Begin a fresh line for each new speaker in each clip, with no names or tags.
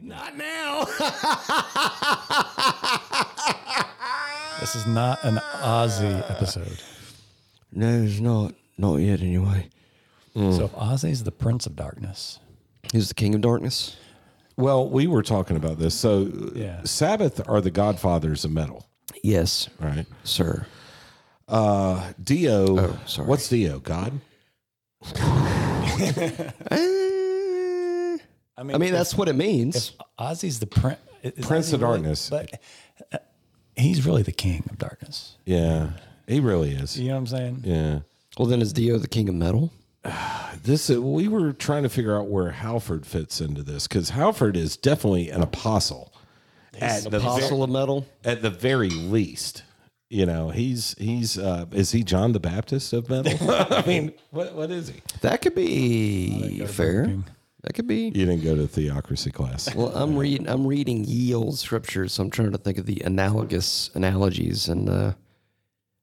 Not now.
This is not an Ozzy episode.
No, it's not. Not yet, anyway.
So if Ozzy's the Prince of Darkness.
He's the king of darkness.
well, we were talking about this. So,
Yeah.
Sabbath are the godfathers of metal,
Yes,
right?
sir.
Uh, Dio.
Oh, sorry.
What's Dio? God?
Eh,
I mean,
I mean, that's what it means.
Ozzy's the prin- is
Prince
Ozzy
of
really-
Darkness.
but uh, he's really the king of darkness.
Yeah. He really is.
You know what I'm saying?
Yeah.
Well, then is Dio the king of metal?
This uh, we were trying to figure out where Halford fits into this because Halford is definitely an apostle. At the,
Apostle of metal?
ve- at the very least, you know he's he's uh, is he John the Baptist of metal? I mean, what what is he?
That could be fair. That could be.
You didn't go to theocracy class.
Well, I'm reading. I'm reading ye old scriptures, so I'm trying to think of the analogous analogies, and uh,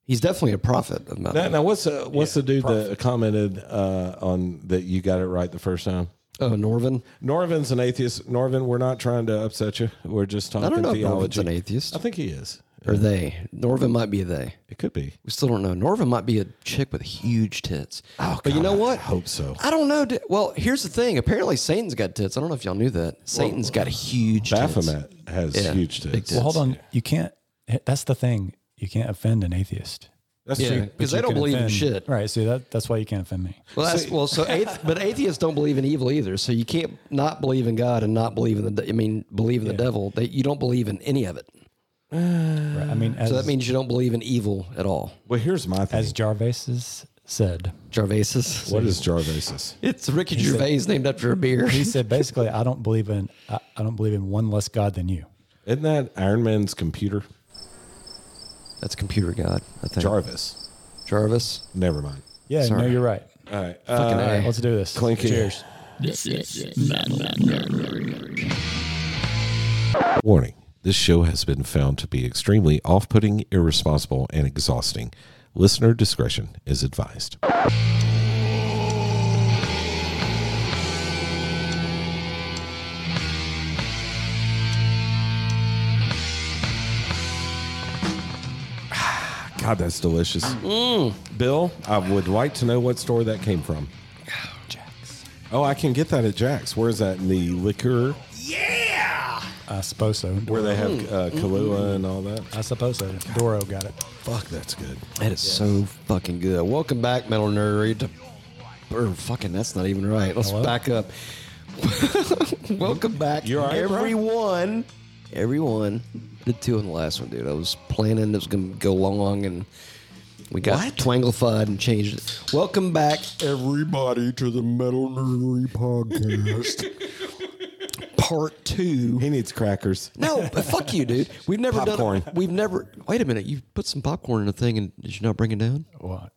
he's definitely a prophet of metal.
now, now what's uh, what's the dude that commented uh, on that you got it right the first time?
oh, Norvin.
Norvin's an atheist. Norvin, we're not trying to upset you. We're just talking
I don't know if Norvin's
theology.
an atheist
I think he is.
or they. Norvin might be a they.
It could be.
We still don't know. Norvin might be a chick with huge tits. Oh, but you know what?
I hope so.
I don't know. d- Well, here's the thing. Apparently, Satan's got tits. I don't know if y'all knew that. Satan's got huge tits.
Baphomet has
Yeah,
huge
big
tits.
tits.
Well, hold on. You can't. That's the thing. You can't offend an atheist.
That's
Yeah,
true.
because they
You
don't
can
believe in
offend-
shit.
Right. So that, that's why you can't offend me.
Well, that's, well, so athe- but atheists don't believe in evil either. So you can't not believe in God and not believe in the. de- I mean, believe in the devil. They, you don't believe in any of it.
Right. I mean, as,
So that means you don't believe in evil at all.
Well, here's my thing.
as Jarvis has said,
Gervais.
what is Jarvasis?
It's Ricky Gervais named after a beer.
he said basically, I don't believe in I, I don't believe in one less God than you.
Isn't that Iron Man's computer?
That's computer God. I think.
Jarvis.
Jarvis.
Never mind.
Yeah. No,
Sorry.
you're right.
All right.
All
Uh,
right. Let's do this.
Clinky.
Cheers.
warning. This show has been found to be extremely off putting, irresponsible, and exhausting. Listener discretion is advised. God, that's delicious. Mm. Bill, I would like to know what store that came from. Oh, I can get that at Jack's. Where is that? In the liquor
I suppose so.
where they have uh, Kahlua and all that.
I suppose so. Doro got it.
Fuck, that's good.
That is so fucking good. Welcome back, Metal Nerdery. To, or fucking, that's not even right. Let's
Hello?
back up. Welcome back,
You all right, bro?
everyone. Everyone. Did two on the last one, dude. I was planning it was going to go long, and we got twanglified and changed it. Welcome back, everybody, to the Metal Nerdery podcast. Part two.
He needs crackers.
No, but fuck you, dude. We've never
Popcorn.
done. We've never. Wait a minute. You put some popcorn in a thing, and did you not bring it down?
Well,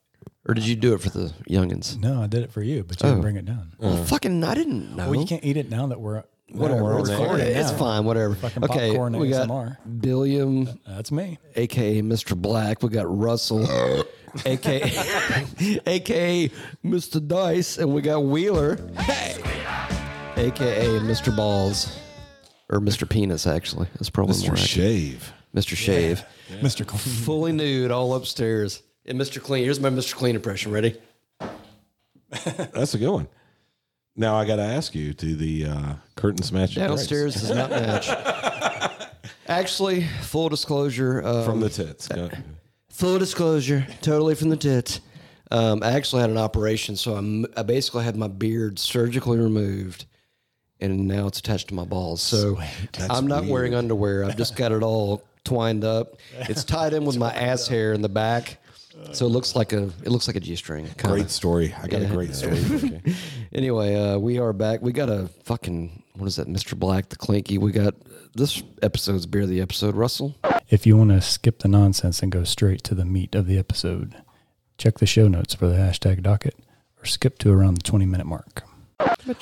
Or did you do it for the youngins?
no, I did it for you, but you
Oh.
didn't bring it down.
Well, fucking, I didn't know.
Well, you can't eat it now that we're
Whatever,
we're
it's,
recording
fine. It's
now.
fine. Whatever.
Fucking
okay,
popcorn
we got
ASMR.
Billiam,
That's me.
aka Mr. Black. We got Russell, aka aka Mr. Dice, and we got Wheeler, aka Mr. Balls, or Mr. Penis. Actually, that's probably more
Mr.
accurate.
Shave.
Mr. Shave.
Mr. Clean.
fully nude, all upstairs. And Mr. Clean, here's my Mr. Clean impression. Ready?
That's a good one. Now I got to ask you: Do the uh, curtains match your drapes?
Downstairs does not match. Actually, full disclosure. Um,
from the tits? Go-
full disclosure, totally from the tits. Um, I actually had an operation, so I'm, I basically had my beard surgically removed, and now it's attached to my balls. So I'm not wearing underwear. I've just got it all twined up. It's tied in with my ass hair in the back, so it looks like a it looks like a g-string. kinda.
Great story. I got a great story. for you.
Anyway, uh, we are back. We got a fucking what is that, Mr. Black, the Clinky. We got this episode's beer of the episode, Russell.
If you want to skip the nonsense and go straight to the meat of the episode, check the show notes for the hashtag docket or skip to around the 20 minute mark.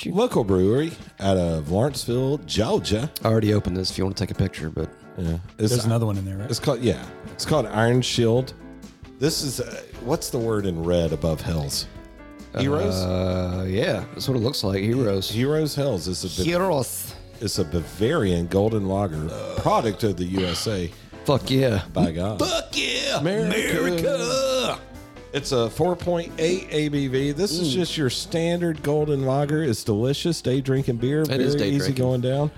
Local brewery out of Lawrenceville, Georgia.
I already opened this. If you want to take a picture, but
Yeah, it's,
There's another one in there, right?
it's called yeah. It's called Iron Shield. This is uh, what's the word in red above Hells? Heroes.
uh, yeah, that's what it looks like. Heroes.
Heroes Hells is a
Heroes.
It's a Bavarian golden lager, product of the USA.
Fuck yeah.
By God.
Fuck yeah.
America. It's a 4.8 ABV. This
Mm.
is just your standard golden lager. It's delicious. Day drinking beer. Very
is day
easy
drinking.
going down.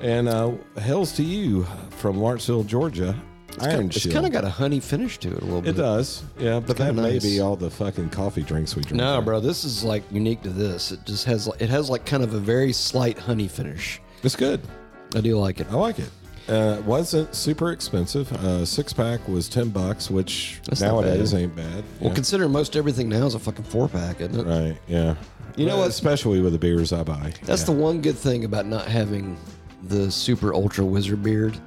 And uh, hells to you from Lawrenceville, Georgia. Iron
It's
Shield.
kind of got a honey finish to it a little
it
bit.
does. Yeah, but that
kinda
may
nice.
be all the fucking coffee drinks we drink.
No, bro, this is like unique to this. It just has like it has like kind of a very slight honey finish.
It's good.
I do like it.
I like it. Uh, it wasn't super expensive. Uh, six pack was 10 bucks, which
That's not
nowadays
bad.
ain't bad.
Well,
Yeah.
considering most everything now is a fucking four pack, isn't it?
right. Yeah.
You know
Uh,
what?
Especially with the beers I buy.
That's the one good thing about not having the super ultra wizard beard.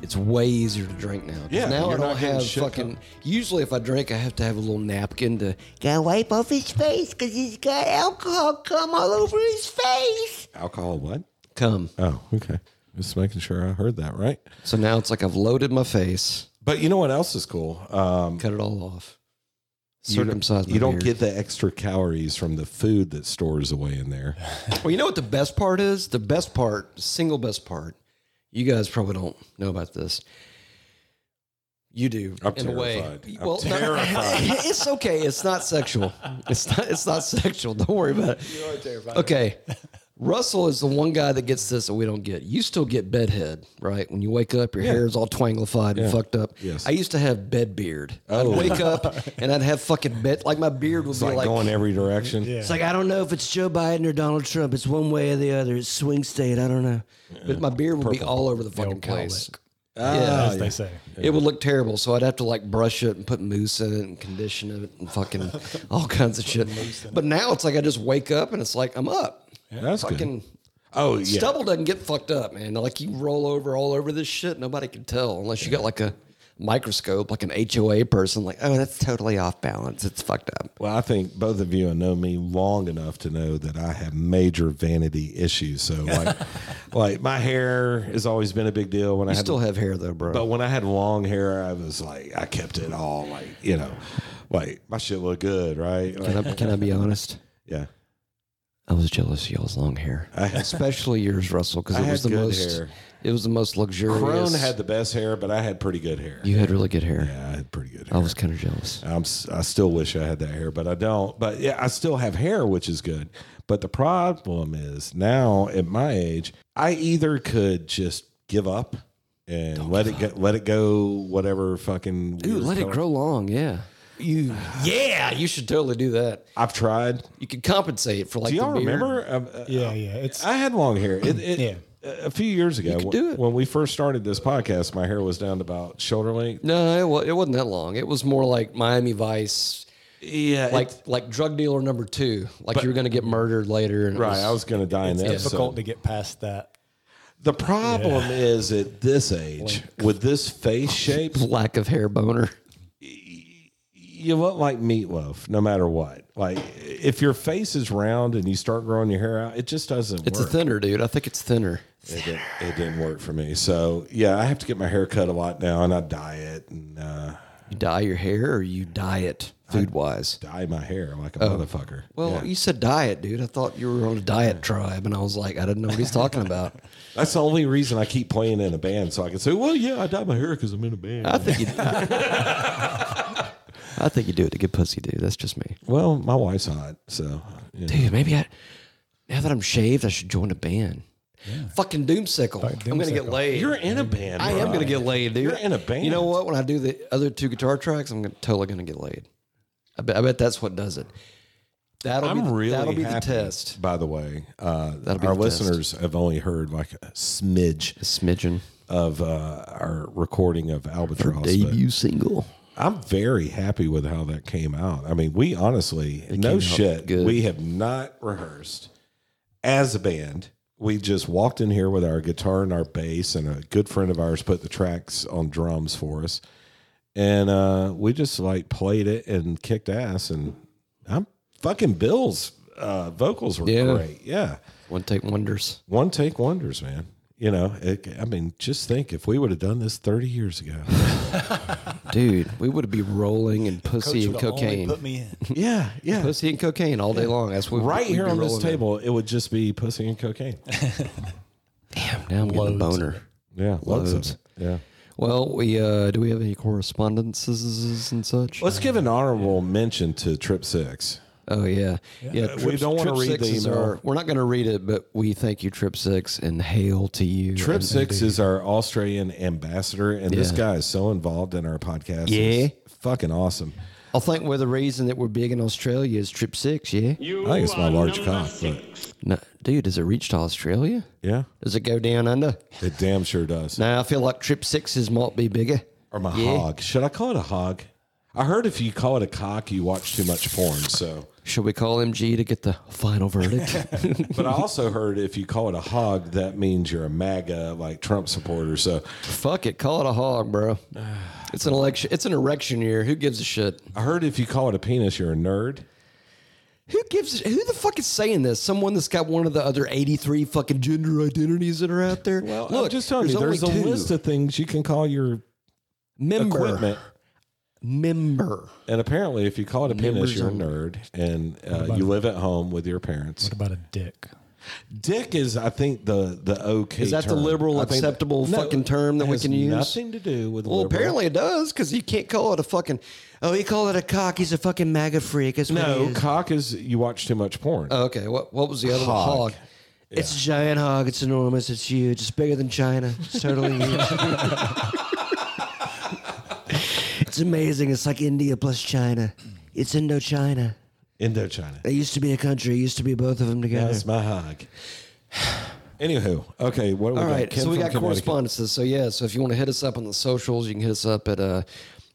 It's way easier to drink now. 'Cause
Yeah,
now I
you're
don't
not getting
have
shit
fucking.
ton-
Usually, if I drink, I have to have a little napkin to.
Gotta wipe off his face because he's got alcohol come all over his face.
alcohol. What?
Come.
Oh, okay. Just making sure I heard that right.
So now it's like I've loaded my face,
But you know what else is cool? Um,
cut it all off,
you don't-
circumcised. my
You don't
beard.
get the extra calories from the food that stores away in there.
Well, you know what the best part is? The best part, single best part. You guys probably don't know about this. You do
I'm
in a way.
terrified. I'm
well, no, it's okay. It's not sexual. It's not. It's not sexual. Don't worry about it. You are terrified. Okay. Russell is the one guy that gets this that we don't get. You still get bedhead, right? When you wake up, your hair is all twanglified and fucked up.
Yes. Oh.
I used to have bed beard. I'd wake up and I'd have fucking bed like my beard would
It's
be
like,
like
going every direction.
it's like I don't know if it's Joe Biden or Donald Trump. It's one way or the other. It's swing state. I don't know. But my beard would be all over the fucking
old cowlick.
place.
Ah,
as they say.
It would look terrible. So I'd have to like brush it and put mousse in it and condition it and fucking all kinds of shit. But now it's like I just wake up and it's like I'm up.
That's
Fucking
good. Oh, yeah.
stubble doesn't get fucked up, man. Like you roll over all over this shit, nobody can tell unless you got like a microscope, like an HOA person. Like, oh, that's totally off balance. It's fucked up.
Well, I think both of you know me long enough to know that I have major vanity issues. So, like, like my hair has always been a big deal when I
You
had
still have hair though, bro.
But when I had long hair, I was like, I kept it all like, you know, like my shit looked good, right? Like,
can, I, can I be honest?
yeah.
I was jealous of y'all's long hair, especially yours, Russell, because
I
it was the
had good
most.
hair.
It was the most luxurious.
Crone had the best hair, but I had pretty good hair.
you had really good hair.
Yeah, I had pretty good
I
hair.
was kind of jealous.
I'm, s- I still wish I had that hair, but I don't. But yeah, I still have hair, which is good. But the problem is now at my age, I either could just give up and let it go, let it go, whatever fucking.
Dude,
weird
let it
color-
grow long. Yeah. You. Yeah, you should totally do that.
I've tried.
You could compensate for like.
Do y'all
the beard.
remember? Um, uh,
Yeah, yeah. It's
I had long hair. It, it,
Yeah.
A a few years ago,
could
when-
do it.
when we first started this podcast, my hair was down to about shoulder length.
No, it, wa- it wasn't that long. It was more like Miami Vice,
Yeah,
like like drug dealer number two. Like you were going to get murdered later. And it
right.
was-
I was going to die in the episode.
difficult to get past that.
The problem is at this age, with this face shape,
lack of hair boner.
you look like meatloaf no matter what. Like if your face is round and you start growing your hair out, it just doesn't
It's
work.
a thinner, dude. I think it's thinner.
it, didn't, it didn't work for me. So yeah, I have to get my hair cut a lot now, and I dye it and uh,
You dye your hair or you dye it food wise?
dye my hair like a motherfucker.
Well,
Yeah.
you said diet, dude. I thought you were on a diet tribe, and I was like, I didn't know what he's talking about.
that's the only reason I keep playing in a band, so I can say, well, yeah, I dye my hair because I'm in a band.
I think you. I think you do it to get pussy, dude. That's just me,
well, my wife's hot, so you know.
dude. Maybe I. Now that I'm shaved, I should join a band. Fucking doomsickle. I'm gonna get laid.
you're in a band.
I am
bro.
gonna get laid, dude.
You're in a band.
You know what? When I do the other two guitar tracks, I'm gonna, totally gonna get laid. I bet, I bet that's what does it. That'll
I'm
be,
really
that'll be the
happy,
test.
By the way, uh,
be
our
the test.
listeners have only heard like a smidge
Smidgen
of uh, our recording of Albatross. but
debut single.
I'm very happy with how that came out. I mean, we honestly, no shit,
good.
we have not rehearsed as a band. We just walked in here with our guitar and our bass, and a good friend of ours put the tracks on drums for us, and uh, we just like played it and kicked ass. And I'm fucking Bill's uh, vocals were
Yeah.
great, yeah.
One take wonders.
One take wonders, man. You know, it, I mean, just think if we would have done this 30 years ago.
Dude, we would be rolling in pussy and
Coach would've only
cocaine.
Put me in.
yeah, yeah.
Pussy and cocaine all day long. That's what
right
we'd
here
be
on this
rolling in.
table, it would just be pussy and cocaine.
Damn, now I'm getting a boner.
Yeah, loads.
Loads.
Of it. Yeah.
Well, we uh, do we have any correspondences and such?
Let's give an honorable mention to Trip Six.
Oh yeah, yeah.
we don't wanna
Trip
read the
Six is
email.
Our, we're not going to read it, but we thank you, Trip Six, and hail to you.
Trip
and-
Six is our Australian ambassador, and this
Yeah.
guy is so involved in our podcast. It's
Yeah.
fucking awesome.
I think we're the reason that we're big in Australia is Trip Six. Yeah.
I think it's my large cock, but
No, dude, does it reach to Australia?
yeah,
Does it go down under?
it damn sure does.
No, I feel like Trip Sixes might be bigger.
Or my
Yeah.
hog? Should I call it a hog? I heard if you call it a cock, you watch too much porn. So,
Should we call MG to get the final verdict?
but I also heard if you call it a hog, that means you're a MAGA like Trump supporter. So
Fuck it, call it a hog, bro. It's an election. It's an erection year. Who gives a shit?
I heard if you call it a penis, you're a nerd.
Who gives? Who the fuck is saying this? Someone that's got one of the other eighty-three fucking gender identities that are out there.
Well, I'm just telling you, there's a
only two.
list of things you can call your
member.
equipment.
Member.
And apparently, if you call it a penis,
Members
you're a
only.
nerd, and uh, you live at home with your parents.
What about a dick?
Dick is, I think, the the okay.
Is that the
term.
liberal
I think-
acceptable fucking term that
it
we
has
can use?
Nothing to do with.
Well,
liberal.
apparently it does because you can't call it a fucking. Oh, he called it a cock. He's a fucking MAGA freak. That's what he
no
is.
cock is you watch too much porn.
Oh, Okay. What What was the other
Hog.
one? Hog. It's a giant hog. It's enormous. It's huge. It's bigger than China. It's totally huge. it's amazing. It's like India plus China. It's Indochina.
Indochina.
It used to be a country. It used to be both of them together.
That's my hog. Anywho, okay, what do we
All
got?
right,
Ken
so we
from
got
Connecticut.
correspondences. So yeah, so if you want to hit us up on the socials, you can hit us up at uh,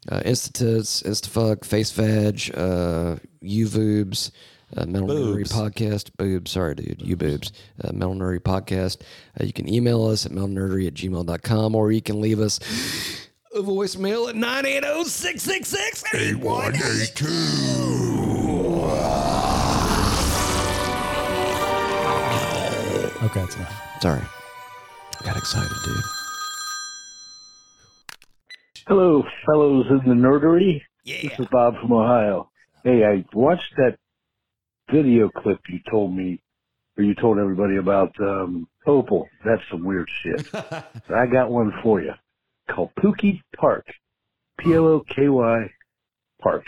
uh Institutes, Instafuck, FaceVag, uh Uvoobs, uh Metal Nerdery
Boobs.
Podcast, Boobs, sorry dude, you boobs, uh, Metal Nerdery Podcast. Uh, you can email us at metalnerdery at gmail.com or you can leave us a voicemail at oh, 980 666
Okay, that's enough.
Sorry. Got excited, dude.
Hello, fellows in the nerdery. This is Bob from Ohio. Hey, I watched that video clip you told me, or you told everybody about um, Opal. That's some weird shit. But I got one for you called Pookie Park. P L O K Y Park.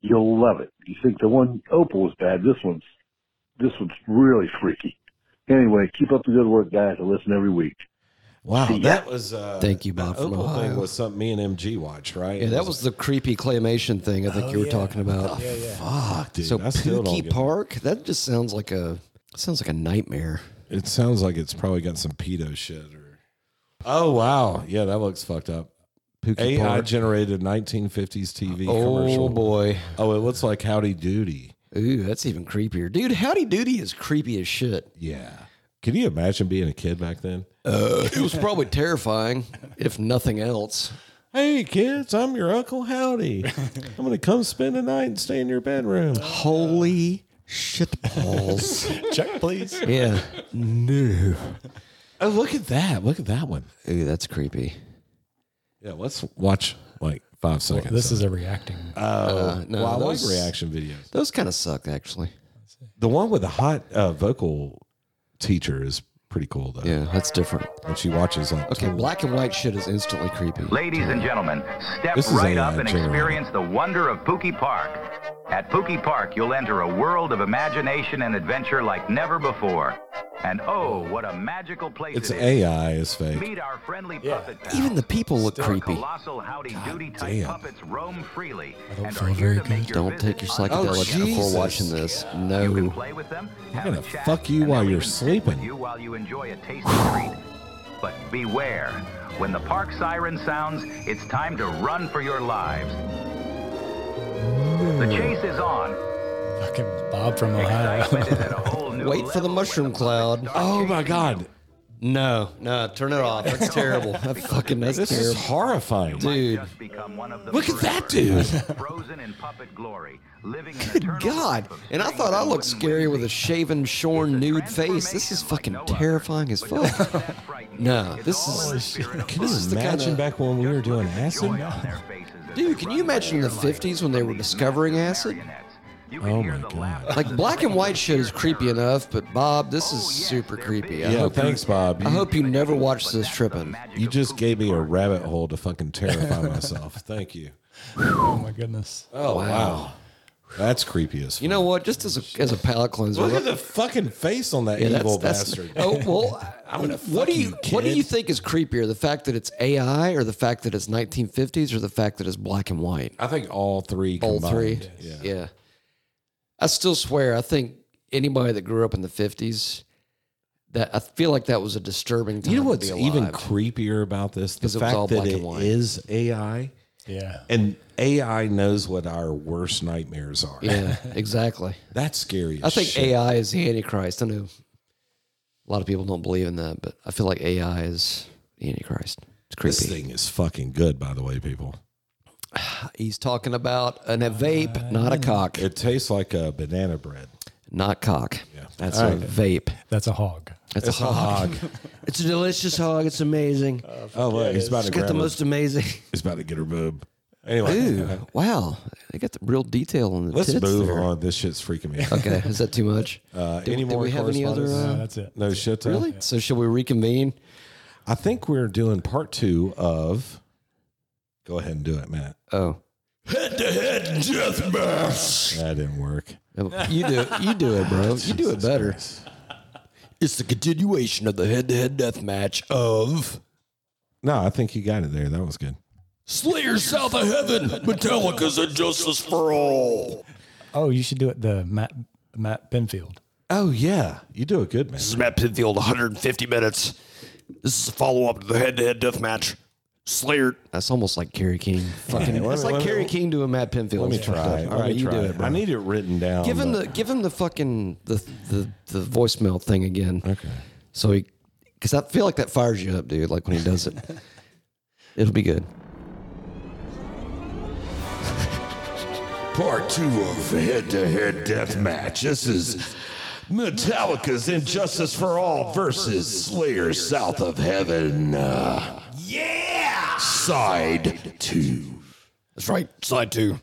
You'll love it. You think the one Opal was bad? This one's this one's really freaky. Anyway, keep up the good work, guys. I listen every week.
Wow,
Yeah.
that was uh,
Thank you, Bob,
That
from
Opal thing
Ohio.
was something me and MG watched, right?
Yeah,
It
that was the creepy claymation thing I think you were talking about.
Oh, Yeah, yeah.
fuck, dude.
So
I still don't
Pookie
get-
Park, that just sounds like a sounds like a nightmare.
It sounds like it's probably got some pedo shit. Or oh wow, yeah, that looks fucked up.
Pookie
AI
Park.
generated 1950s TV
Oh
commercial.
boy.
Oh, it looks like Howdy Doody.
Ooh, that's even creepier. Dude, Howdy Doody is creepy as shit.
Yeah. Can you imagine being a kid back then?
It was probably terrifying, if nothing else.
Hey kids, I'm your Uncle Howdy. I'm gonna come spend the night and stay in your bedroom.
Holy shit balls.
Check, please.
yeah. No.
Oh, look at that! Look at that one.
Ooh, that's creepy.
Yeah, let's watch like five seconds.
This is a reacting.
Uh, no,
well, I like
those-
reaction videos.
Those kind of suck, actually.
The one with the hot uh, vocal teacher is pretty cool though.
Yeah, that's different.
And she watches like
Okay, black and white shit is instantly creepy.
Ladies and gentlemen, step
This is
right
AI
up and
generated.
experience the wonder of Pookie Park. At Pookie Park, you'll enter a world of imagination and adventure like never before. And oh, what a magical place
It's
it is.
AI is fake.
Meet our friendly puppet pals.
Even the people look
Our
creepy.
colossal howdy doody type
damn.
puppets roam freely
don't
and
feel
are here
very
to make
good.
your
Don't
visit
take your
unforgettable.
psychedelics before
Jesus.
watching this.
You can
No.
play with them.
Oh. I'm
have
gonna
a chat,
fuck you
and
while
they'll
you're
even sit with
sleeping.
You while you enjoy a tasty treat. But beware, when the park siren sounds, it's time to run for your lives. The chase is on.
Fucking Bob from
Excitement
Ohio.
is at a whole new
Wait for the
level when
mushroom cloud.
start
Oh my
chasing
god.
No, no, turn it off. That's terrible. That fucking that's
This is
terrible.
horrifying.
you.
Dude.
Just become one of them
Look at that
forever.
dude.
Frozen in puppet glory, living an
Good
eternal
God.
life of
And I
strings
thought I
and
looked
wooden
scary with a
whimsy.
shaven, shorn, nude face.
Transformation
This is
like
fucking
no other.
terrifying as
But don't
fuck.
let that frighten you.
No,
It's
this
all
is-
in the spirit of
Can you
fun.
the
imagine
kinda-
back when we were doing
Look at the
acid?
joy on their faces as
Dude,
they
can
run
you imagine in the
their life
50s when they were
from these
discovering
massive
acid?
marionettes You can
Oh
hear
my
the
God.
laugh.
Like black and white shit is creepy enough, but Bob, this is
Oh, yeah,
super
they're
creepy.
big.
I
yeah,
hope
thanks, Bob. You-
I hope you never watch this tripping.
You just gave me a rabbit hole to fucking terrify myself. Thank you.
Oh my goodness.
Oh wow, that's creepy as.
You know what? Just as a as a palate cleanser.
Look at the fucking face on that
Yeah, that's-
evil
that's-
bastard.
Oh well,
I'm gonna
what
fuck
do you
you,
what do
kid.
you think is creepier? The fact that it's AI, or the fact that it's 1950s, or the fact that it's black and white?
I think all three.
All
Combined.
three.
Yeah.
yeah. I still swear. I think anybody that grew up in the 50s, that I feel like that was a disturbing time.
You know what's
to be
even
alive.
creepier about this? The
'Cause it was
fact
all
that
black
it
and white.
is AI,
Yeah.
and AI knows what our worst nightmares are.
Yeah, exactly.
That's scary. as
I think
shit.
AI is the Antichrist. I know a lot of people don't believe in that, but I feel like AI is the Antichrist. It's creepy.
This thing is fucking good, by the way, people.
He's talking about an, a vape, not a cock.
It tastes like a banana bread.
Not cock.
Yeah.
That's a vape.
That's a hog.
That's a hog.
It's a delicious hog. It's amazing.
Oh, look, he's about to
it's got
grab
the
her-
most amazing.
He's about to get her boob. Anyway,
Ooh, wow. They got the real detail on the
let's
tits
move
there.
on. This shit's freaking me out.
Okay, is that too much?
Uh,
Did-
any
did
more
we have any other,
correspondence?
Uh, that's it.
no shit. Tom?
really? So should we reconvene?
I think we're doing part two of. Go ahead and do it, Matt.
Oh,
That didn't work.
you do you do it, bro. You do it better. It's the continuation of the head-to-head death match of
No, I think you got it there. That was good.
Slayer South of Heaven, Metallica's Injustice for All.
Oh, you should do it the Matt Matt Benfield.
Oh yeah, you do a good man.
This is Matt Pinfield, 150 minutes. This is a follow up to the head to head death match. Slayer.
That's almost like Kerry King. Fucking,
let
it's
me-
like
let me-
Kerry King doing Matt
Let
Penfield.
me try.
All
Let me
right, you
try
do it, bro.
I need uh, it written down.
Give him
but-
the give him the fucking the the, the voicemail thing again. Okay. So he, because I feel like that fires you up, dude. Like when he does it, it'll be good.
Part two of head to head death match. This is Metallica's Injustice for All versus Slayer South of Heaven. Uh, yeah! Side two. That's right, side two.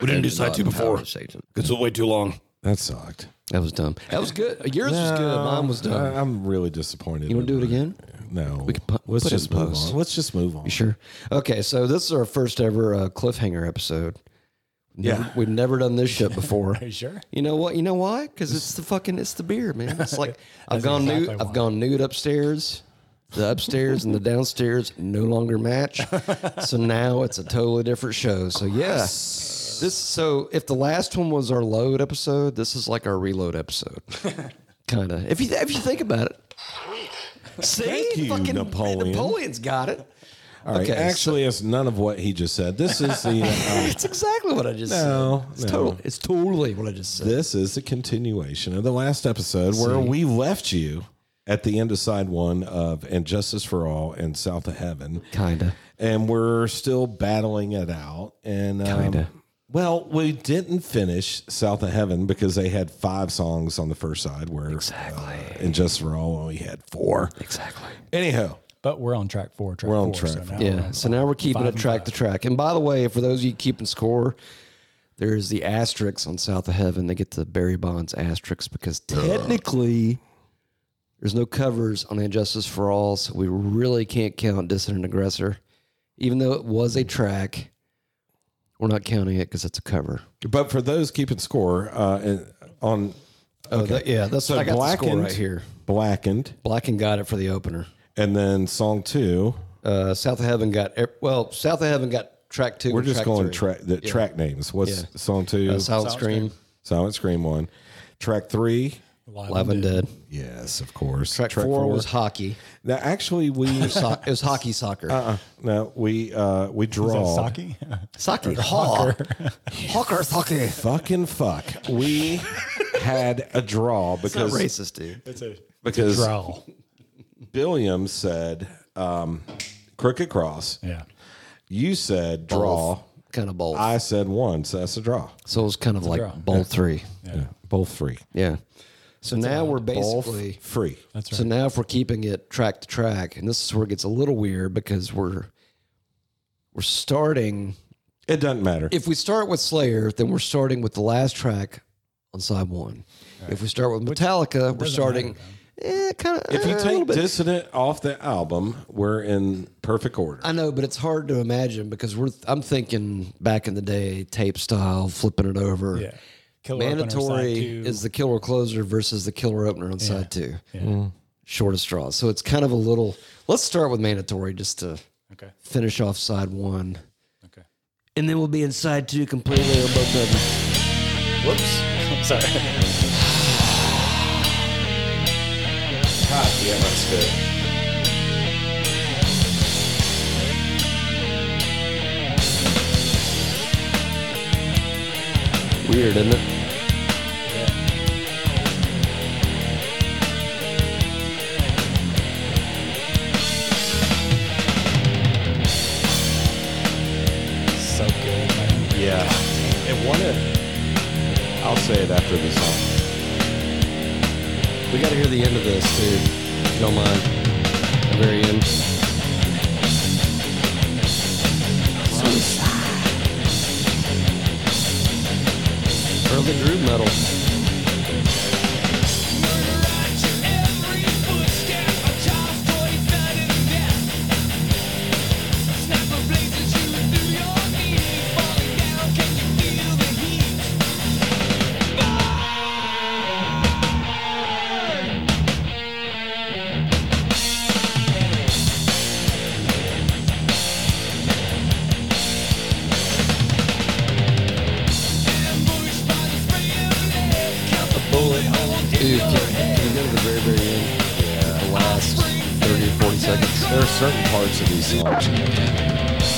We didn't do side two before because it was way too long.
that sucked.
That was dumb. That was good. Yours was good. Mine was dumb.
Uh, I, am really disappointed.
You wanna
in
do it
my-
again?
No.
We can pu-
Let's
put it
just
in
move
post.
on. Let's just move on.
You sure? Okay, so this is our first ever uh, cliffhanger episode. Never-
Yeah.
we've never done this shit before.
you sure?
You know what? You know why? Because it's the fucking it's the beer, man. It's like I've
That's
gone
exactly
nude.
why.
I've gone nude upstairs. The upstairs and the downstairs no longer match. so now it's a totally different show. So yeah, this. So if the last one was our load episode, this is like our reload episode, kind of. If you if you think about it. See,
Thank you,
fucking
Napoleon.
Napoleon's got it.
All right.
Okay, so-
Actually, it's none of what he just said. This is the. uh,
It's exactly what I just
No,
said. It's
no.
totally it's totally what I just said.
this is the continuation of the last episode where we left you at the end of side one of "And Justice for All" and "South of Heaven,"
Kinda.
and we're still battling it out. And um,
Kinda.
Well, we didn't finish "South of Heaven" because they had five songs on the first side, where exactly "And Justice for All" only had four.
Exactly.
Anyhow,
But we're on track four. Track
We're on
four,
track
now we're
Yeah.
on
So now we're keeping
five
it
and
track to track. Um, And by the way, for those of you keeping score, there is the asterisk on South of Heaven. They get the Barry Bonds asterisk because technically there's no covers on Injustice for All, so we really can't count Dissident Aggressor. Even though it was a track, we're not counting it because it's a cover.
but for those keeping score uh, and- on
Oh, that, yeah. That's
so
I got the score
blackened
right here.
blackened,
Black and got it for the opener.
and then song two.
Uh, South of Heaven got well. South of Heaven got track two.
We're
and
just
track
going
three.
track the track names. What's
Yeah.
song two?
Uh, Silent Scream,
Silent Scream one, track three.
Live
Live and Dead.
Yes, of course.
Track, four, was hockey.
now. Actually, we
So- it was hockey soccer.
uh, no we uh, we draw
Saki?
soccer. Hawker. Hawker soccer.
fucking fuck. We had a draw
That's
because
racist, dude.
it's a
because
draw.
Billiam said um, crooked cross.
Yeah.
You said draw.
Kind of bold.
I said one, so that's a draw.
so it was kind of like bowl three.
Yeah. Both free.
Yeah. So now we're
Both
basically.
free.
That's right.
So now if we're keeping it track to track, and this is where it gets a little weird because we're we're starting
It doesn't matter.
If we start with Slayer, then we're starting with the last track on side one. If we start with Metallica, we're starting eh, kind of.
if you take Dissident off the album, we're in perfect order.
I know, but it's hard to imagine because we're. I'm thinking back in the day, tape style, flipping it over.
Yeah. Killer
Mandatory
opener, side two.
is the killer closer versus the killer opener on side two. Short of straw. So it's kind of a little. Let's start with mandatory just to
Okay.
finish off side one.
Okay.
And then we'll be in side two completely on both of them.
Whoops. I'm sorry.
God damn, that's good.
Weird, isn't it?
so good. Man.
Yeah. And what if I'll say it after the song.
We got to hear the end of this, too. If you don't mind. The very end. Early groove metal. Dude, can, can we go to the very, very end? The last 30 or 40 seconds.
There are certain parts of these songs.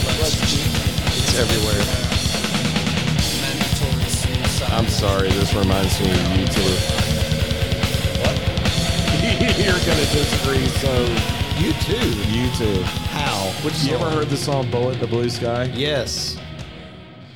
It's everywhere. I'm sorry, this reminds me of you two. You're gonna disagree, so
You too.
you too.
How? Which
You ever heard the song Bullet in the Blue Sky?
Yes.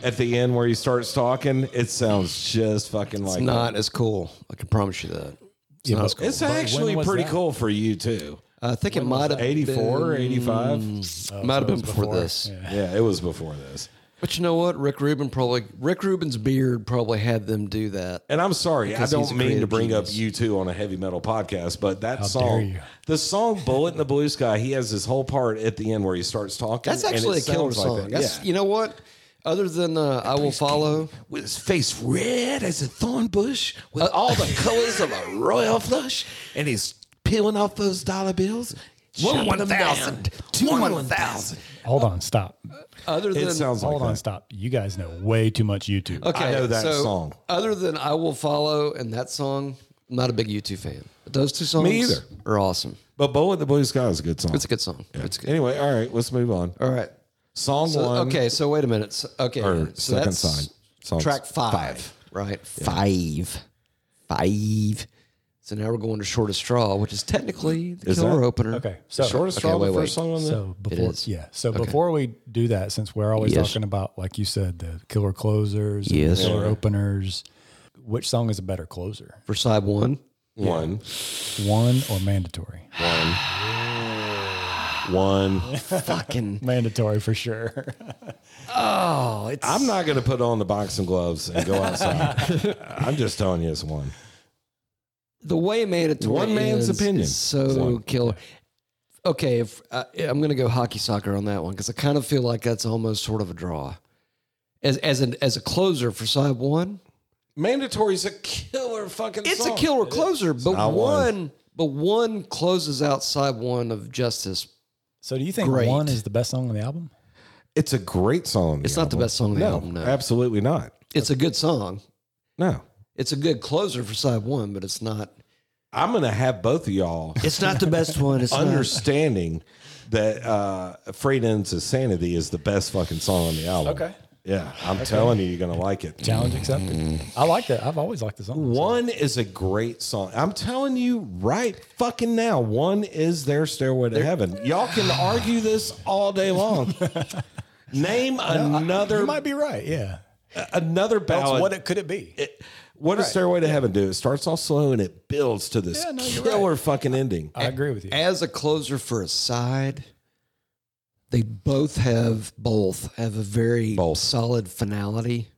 At the end where he starts talking, it sounds just fucking like
It's not as cool. I can promise you that. It's not as cool.
It's actually
was
pretty
that?
cool for you too.
I think it might have
84,
been,
85?
Oh,
might have been before, this.
Yeah, it was before this.
But you know what? Rick Rubin probably Rick Rubin's beard probably had them do that.
And I'm sorry,
Because
I
he's a
don't mean to
creative
bring up
genius.
you two on a heavy metal podcast, but that
dare
song,
you.
the song "Bullet in the Blue Sky," he has this whole part at the end where he starts talking.
That's
and
actually a
it
killer
sounds like
song.
that.
That's
yeah.
you know what? Other than uh, I will follow,
With his face red as a thorn bush, with all the colors of a royal flush, and he's peeling off those dollar bills. One one thousand, two one thousand.
Hold on. Stop.
other
it
than
sounds like
Hold on.
that.
Stop. You guys know way too much YouTube.
okay,
I know that
so
song.
Other than I will follow and that song, I'm not a big U2 fan. But those two songs
Me either.
are awesome.
But "Bullet in the Blue Sky" is a good song.
It's a good song. It's good.
Anyway, all right, let's move on.
All right.
Song
So,
one,
okay, so wait a minute. So, okay,
or
so
second
that's
side. Song
track five, right? Five, five. So now we're going to shortest straw, which is technically the
Is
killer
that-
opener.
Okay. So
The shortest
Okay,
song,
wait,
the
wait.
first song on the.
So before,
is.
yeah. So before we do that, since we're always
Yes.
talking about, like you said, the killer closers, and
Yes.
the killer openers, which song is a better closer,
For side one,
One,
one or mandatory?
one.
fucking
Mandatory for sure.
oh, it's
I'm not going to put on the boxing gloves and go outside. I'm just telling you, it's one.
the way mandatory.
One man's
is,
opinion.
is so
One.
killer. Okay, if uh, I'm gonna go hockey soccer on that one because I kind of feel like that's almost sort of a draw. As as an as a closer for side one,
Mandatory's a killer fucking.
it's
song.
a killer closer, but
not
one,
one.
but one closes out side one of justice.
So do you think
Great.
one is the best song on the album?
It's a great song.
It's not the best song on the
no,
album, no.
absolutely not.
It's a good song.
No,
It's a good closer for side one, but it's not.
I'm gonna have both of y'all
It's not the best one. It's
understanding that uh, "Freight Ends of Sanity" is the best fucking song on the album.
Okay.
Yeah, I'm telling you, you're gonna like it.
Challenge accepted. I like that. I've always liked the song. so-
Mm-hmm. One is a great song. I'm telling you right fucking now. One is their stairway to heaven. Y'all can argue this all day long. Name another
You might be right. Yeah.
Another ballad.
That's what it could it be?
it, what does Stairway to Heaven do? It starts all slow and it builds to this killer fucking ending.
I agree with you.
As a closer for a side, they both have both have a very
Both.
solid finality.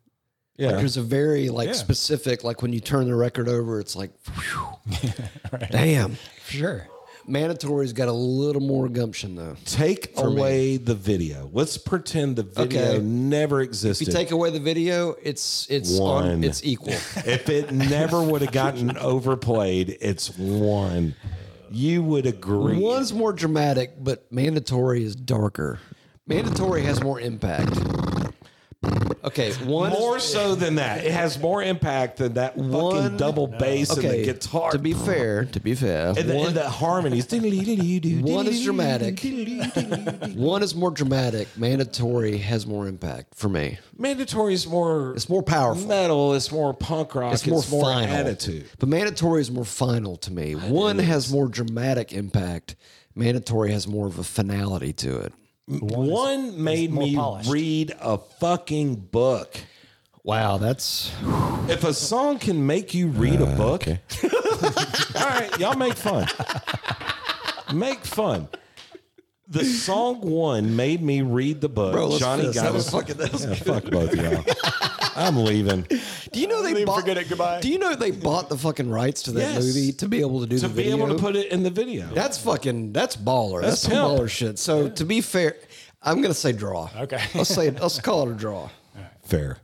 yeah.
Like there's a very like
Yeah.
specific like when you turn the record over, it's like, whew, damn.
Sure.
Mandatory's got a little more gumption though.
take away the video. Let's pretend the video
Okay.
never
If
existed.
you take away the video, it's it's
One.
on, it's equal.
if it never would have gotten overplayed, it's one. You would agree.
One's more dramatic, but mandatory is darker. Mandatory has more impact. Okay, one is-
more so than that. It has more impact than that fucking
One-
double bass
okay,
and the guitar.
To be fair, to be fair,
and the, and the harmonies.
One is dramatic. one is more dramatic. Mandatory has more impact for me.
Mandatory is more.
It's more powerful.
metal. It's more punk rock.
It's more final.
attitude.
But mandatory is more final to me. One has more dramatic impact. Mandatory has more of a finality to it.
One, made
more
me
polished.
read a fucking book.
Wow, that's
If a song can make you read
Uh,
a book, all right, y'all make fun. Make fun. The song one made me read the book.
Bro, let's
Johnny
fist.
got
That was
us-
fucking- that was
yeah, fuck both of y'all. I'm leaving to
Do you know they
Leave,
bought?
forget it, goodbye.
Do you know they bought the fucking rights to that
Yes.
movie to be able to do the
be
video?
able to put it in the video.
that's fucking that's baller. That's, some
pimp.
baller shit. So to be fair, I'm gonna say draw.
Okay.
let's say let's call it a draw.
Fair.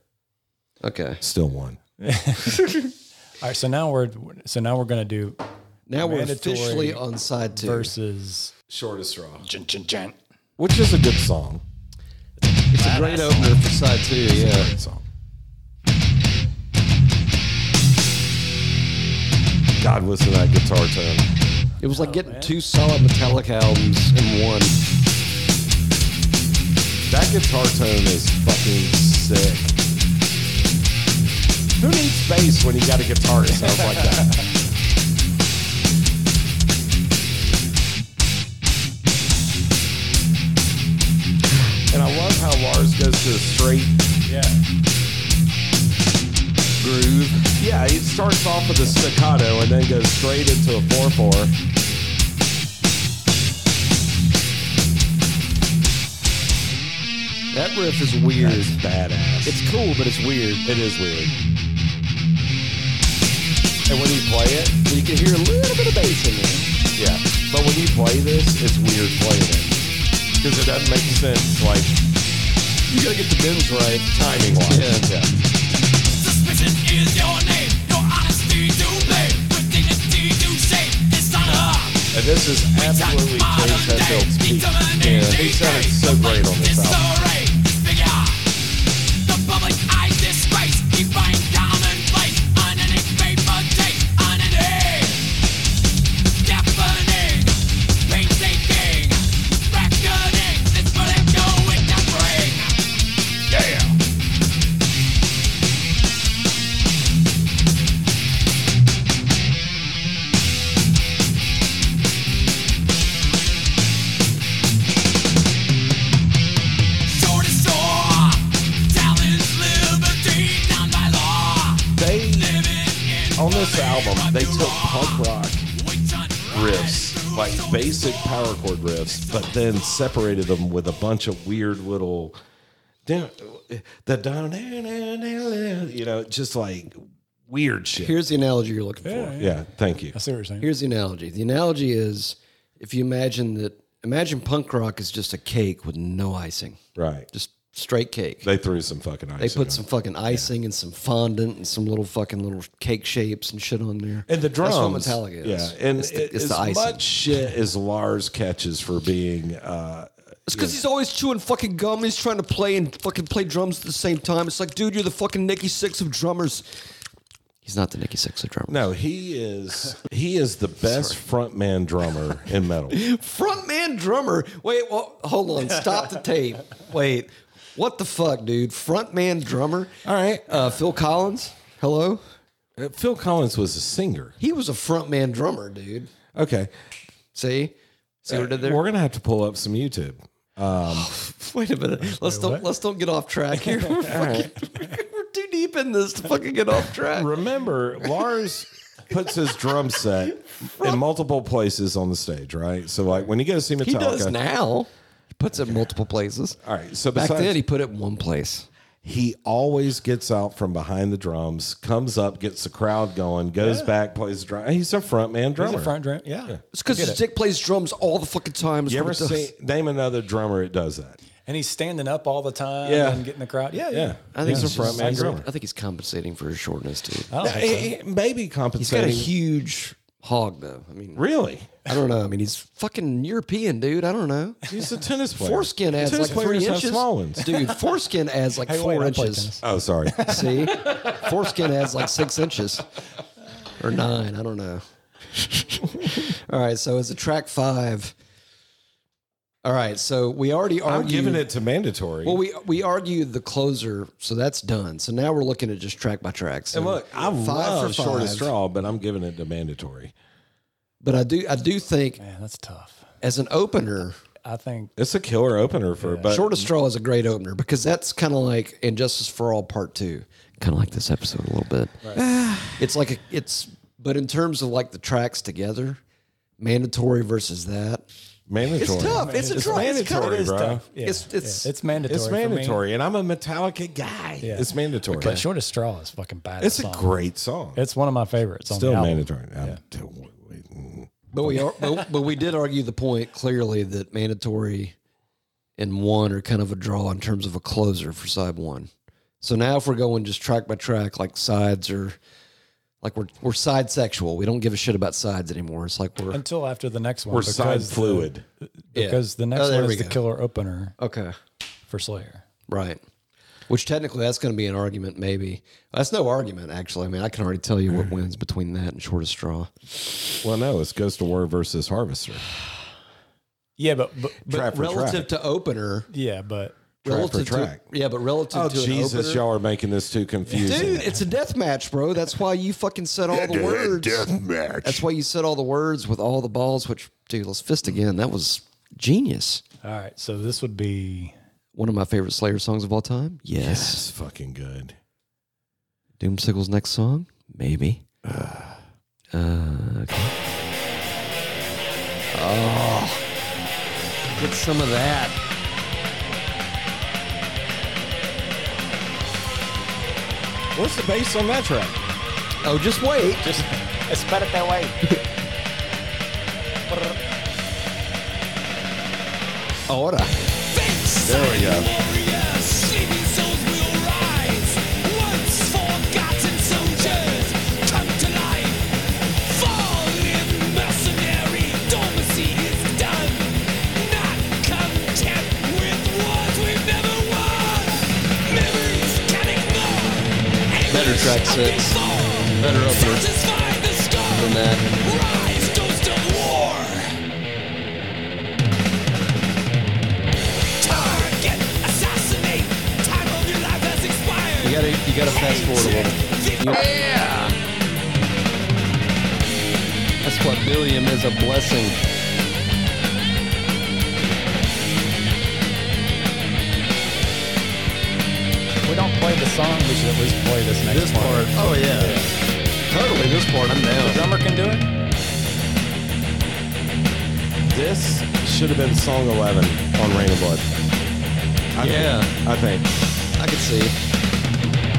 Okay.
Still one.
All right, so now we're so now we're gonna do
Now we're
Mandatory
officially on side two.
versus
Shortest straw.
Jin, jin, jin.
Which is a good song.
It's a great opener for side two. Yeah.
Great song. God, listen to that guitar tone.
It was like getting two solid metallic albums in one.
That guitar tone is fucking sick. Who needs bass when you got a guitar that sounds like that? and I love how Lars goes to a straight
Yeah.
groove. Yeah, he starts off with a staccato and then goes straight into a 4 4.
That riff is weird.
It's badass.
It's cool, but it's weird.
It is weird. And when you play it,
You can hear a little bit of bass in there.
yeah. But when you play this, it's weird playing it because it doesn't make sense, like
You gotta get the bends right.
timing wise. Yeah.
Suspicion is your name. Your honesty you blame. With dignity you shame. It's not her.
And this is absolutely James Hetfield's peak. Yeah. He sounded so great on this album. They on this album they took punk rock riffs, like basic power chord riffs, but then separated them with a bunch of weird little. The down, you know, just like weird shit.
Here's the analogy you're looking for.
yeah, thank you.
I see what you're saying.
Here's the analogy. The analogy is if you imagine that imagine punk rock is just a cake with no icing.
Right.
Just straight cake.
They threw some fucking ice.
They
in
put
it.
some fucking icing and some fondant and some little fucking little cake shapes and shit on there.
and the drums.
That's what Metallica
Yeah,
is.
and
it's the, it's
as
the icing.
much shit as Lars catches for being uh,
It's because he's always chewing fucking gum. He's trying to play and fucking play drums at the same time. It's like, dude, you're the fucking Nikki Six of drummers. He's not the Nikki Six of drummers.
No, he is he is the best frontman drummer in metal.
Frontman drummer. Wait, well, hold on. Stop the tape. Wait. What the fuck, dude? Frontman drummer.
All right.
Uh, Phil Collins. Hello.
Uh, Phil Collins was a singer.
He was a frontman drummer, dude.
Okay.
See. See what I did there?
We're gonna have to pull up some YouTube.
Wait a minute. Let's don't let's don't get off track here. We're fucking- we're deep in this to fucking get off track.
Remember, Lars puts his drum set in multiple places on the stage, right? So, like when you go to see Metallica,
He does now. He puts it in multiple places.
All right. So
Back
besides,
then, he put it in one place.
he always gets out from behind the drums, comes up, gets the crowd going, goes back, plays the drum. He's a front man drummer.
He's a front drum. Yeah.
It's because his dick plays drums all the fucking time. is
you
what
ever
it does.
see name another drummer that does that?
And he's standing up all the time
Yeah.
and getting the crowd. Yeah. Yeah.
Yeah,
Uh, I think
he's
he's
a front man
just-
drummer.
I think he's compensating for his shortness too.
I don't think so.
It- it may be
He's got a
compensating.
huge hog though. I mean,
really,
I don't know. I mean, he's fucking European, dude. I don't know.
he's a tennis player.
Foreskin adds
tennis
like three
players have
inches.
small ones.
Dude, foreskin adds like
Hey,
four
wait, I play tennis.
inches.
Oh, sorry.
See, foreskin adds like six inches or nine. I don't know. All right, so it's a track five. All right, so we already
I'm
argued.
giving it to mandatory.
Well, we we argued the closer, so that's done. So now we're looking at just track by track. So
and look, I
five
love
for
shortest
five.
straw, but I'm giving it to mandatory.
but I do I do think
Man, that's tough.
as an opener,
I think
It's a killer opener for, but
shortest straw is a great opener because that's kind of like Injustice for All Part Two, kind of like this episode a little bit. it's like a, it's, but in terms of like the tracks together, mandatory versus that,
mandatory.
it's tough. It's a
It's
draw. It's kind
mandatory,
of
It's
bro.
tough. Yeah.
It's- it's-
yeah. it's mandatory.
It's
for me.
mandatory, and I'm a Metallica guy. It's mandatory.
But Shortest Straw is fucking bad.
It's a
song.
great song.
It's one of my favorites. on
still
the album.
mandatory. I'm too- wait, mm.
but we are, but, but we did argue the point clearly that mandatory and one are kind of a draw in terms of a closer for side one. So now if we're going just track by track, like sides are. Like we're we're side sexual. We don't give a shit about sides anymore. It's like we're
Until after the next one.
We're
because
side
the-
fluid.
Yeah.
Because the next
Oh, there
one
we
is the
go.
killer opener
okay.
for Slayer.
Right. Which technically that's going to be an argument, maybe. That's no argument, actually. I mean, I can already tell you what
Mm-hmm.
wins between that and shortest straw.
Well, no, it's Ghost of War versus Harvester.
Yeah, but, but, but
Trap for
relative
track.
to opener,
yeah, but
relative
track.
to yeah, but relative
Oh
to an
Jesus,
opener-
y'all are making this too confusing.
dude, it's a death match, bro. That's why you fucking said all the
Head-to-head
words.
death match.
That's why you said all the words with all the balls. Which, dude, let's fist again. That was genius.
all right. So this would be
One of my favorite Slayer songs of all time. Yes.
It's fucking good.
Doomsickle's next song, maybe. Uh, okay. Oh, get some of that.
What's the bass on that track?
Oh, just wait.
Just let's put it that way.
Ahora.
There we go.
Better track six. Better opener than that. Rise, ghost of war. Target, assassinate. Time of your life has expired.
You gotta, you gotta fast forward a little. That's what Billiam is a blessing.
if we don't play the song, we should at least play this next part.
Oh yeah. Totally this part. I'm down.
Drummer can do it.
This should have been song eleven on Rain of Blood. I
Yeah.
think, I think.
I can see.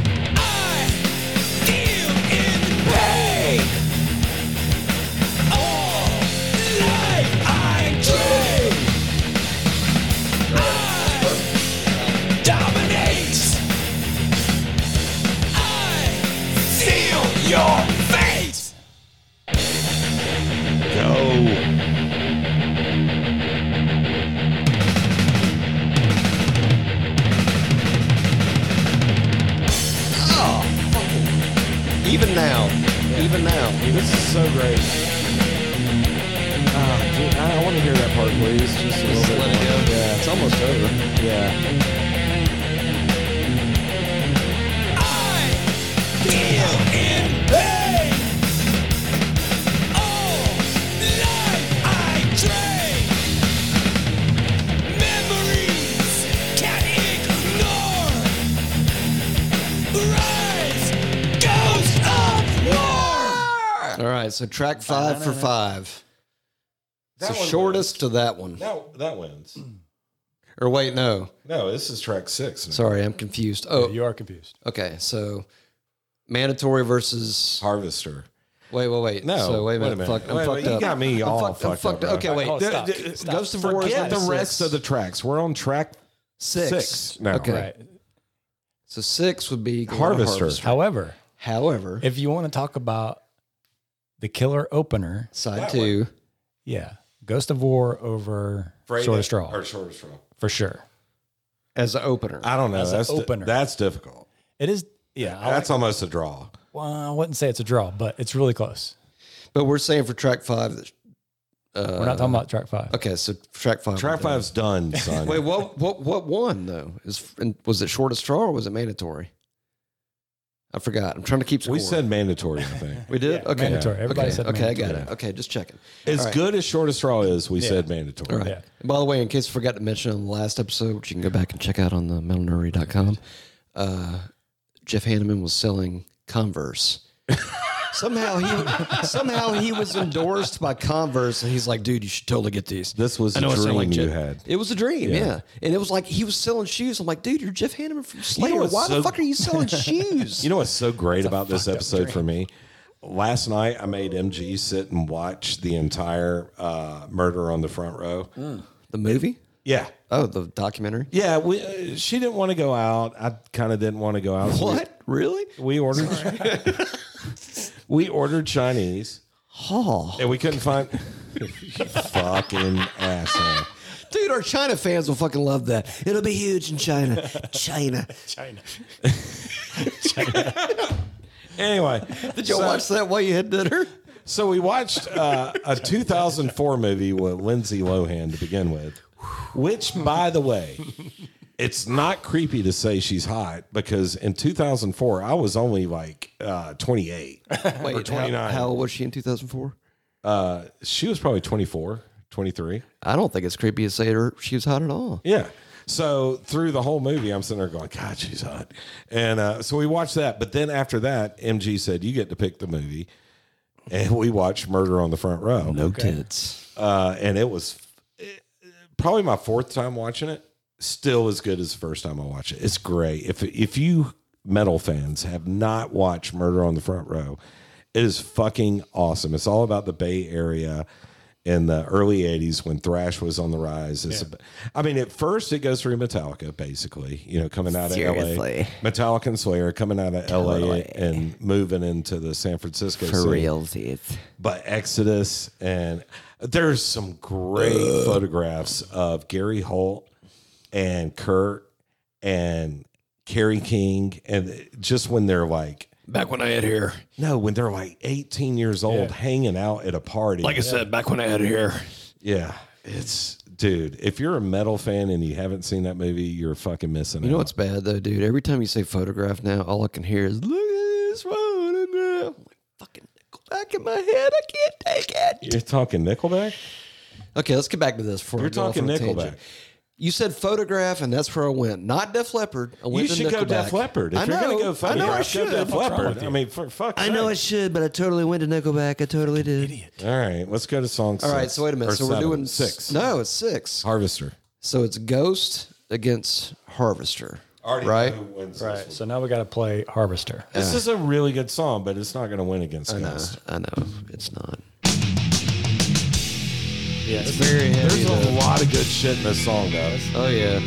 Even now. Even now.
This is so great. Ah, dude, I, want to hear that part, please. Just a
Just
little
let
bit more.
it go. It's almost over.
Yeah,
Rise,
right, so track five for five. It's the
That one
shortest to that one.
No, that wins.
Or wait, no.
No, this is track six. now.
Sorry, I'm confused. Oh,
You are confused.
okay. So mandatory versus
Harvester.
wait, wait, wait.
No,
so wait a minute. Fuck, I'm
Wait a
fucked
minute. you
up.
got me
I'm
all
fucked,
fucked,
I'm fucked
up.
up. Okay,
right
wait.
Hold
now.
on, Oh, stop.
D- d-
Stop.
Goes to
Forget
four. Get the
the
rest
six.
of the tracks. We're on track
Six.
six now.
Okay.
Right.
So six would be Gorilla
Harvester.
However,
However,
if you want to talk about the killer opener,
side two.
yeah, Ghost of War over
Braid
Sword
it-
of Straw
Or shortest straw.
for sure.
as an opener.
I don't know.
As an
that's di-
opener.
that's difficult.
It is. Yeah, I,
that's almost a draw.
well, I wouldn't say it's a draw, but it's really close.
But we're saying for track five that. Uh,
We're not talking about track five.
Okay, so track five.
Track five's done, son.
Wait, what? What? What won though? Is and was it short of straw or was it mandatory? I forgot. I'm trying to keep score.
we said mandatory. I think
we did. okay,
mandatory. Everybody
okay.
said
okay. I got
mandatory.
it. Okay, just checking.
as good as shortest straw is, we said
All
mandatory.
right.
Yeah.
And By the way, in case I forgot to mention on the last episode, which you can go back and check out on the metalnerdery.com, uh, Jeff Hanneman was selling Converse. somehow he somehow he was endorsed by Converse, and he's like, "Dude, you should totally get these."
This was
I
a
know it sound
dream
like
you
Jeff-
had.
It was a dream, yeah. And it was like he was selling shoes. I'm like, "Dude, you're Jeff Hanneman from Slayer.
what's
Why the
so-
fuck are you selling shoes?"
You know what's so great about this episode for me? Last night, I made MG sit and watch the entire uh, murder on the front row.
the movie?
Yeah.
Oh, the documentary.
Yeah. We, uh, she didn't want to go out. I kind of didn't want to go out. So we-
What? Really?
We ordered. we ordered Chinese,
Oh,
and we couldn't find. You fucking asshole!
dude, our China fans will fucking love that. It'll be huge in China. China.
Anyway,
Did you watch that while you had dinner?
so we watched uh, a 2004 movie with Lindsay Lohan to begin with, which, by the way, it's not creepy to say she's hot because in 2004 I was only like uh, 28.
Wait,
29.
How, how old was she in 2004?
She was probably 24, 23.
I don't think it's creepy to say her she was hot at all.
Yeah. So through the whole movie, I'm sitting there going, God, she's hot. And uh, so we watched that. But then after that, MG said, You get to pick the movie. And we watched Murder on the Front Row.
No tits.
Uh, and it was eh, probably my fourth time watching it. Still as good as the first time I watched it. It's great. If, if you metal fans have not watched Murder on the Front Row, it is fucking awesome. It's all about the Bay Area in the early 80s when thrash was on the rise It's ab- I mean at first it goes through metallica basically you know coming out of
Seriously.
la metallica and slayer coming out of la and moving into the san francisco
For
scene.
realsies.
but exodus and there's some great photographs of gary holt and kurt and Carrie King, and just when they're like,
Back when I had hair.
no, when they're like 18 years old, hanging out at a party,
Like I said, back when I had hair.
yeah, it's dude. If you're a metal fan and you haven't seen that movie, you're fucking missing
You know
out.
what's bad though, dude? Every time you say photograph now, all I can hear is look at this photograph. I'm like, fucking go back in my head. I can't take it.
You're talking Nickelback.
Okay, let's get back to this before
You're
we go off
talking
on a tangent.
Nickelback.
You said photograph, and that's where I went. Not Def Leppard. I
You
went to
should go
Nickelback.
Def Leppard. If
I
you're
know,
gonna go
I know I
photograph,
should.
go Def Leppard. I mean, for fuck.
I know I
sake.
should, but I totally went to Nickelback. I totally did.
All right, let's go to song.
All right, so wait a minute. So we we're doing
six.
No, it's six.
Harvester.
So it's Ghost against Harvester. right?
Right. So now we got to play Harvester.
This is a really good song, but it's not going to win against Ghost.
Uh, I know it's not.
Yeah.
It's very heavy.
There's a
though.
lot of good shit in this song, guys.
Oh yeah,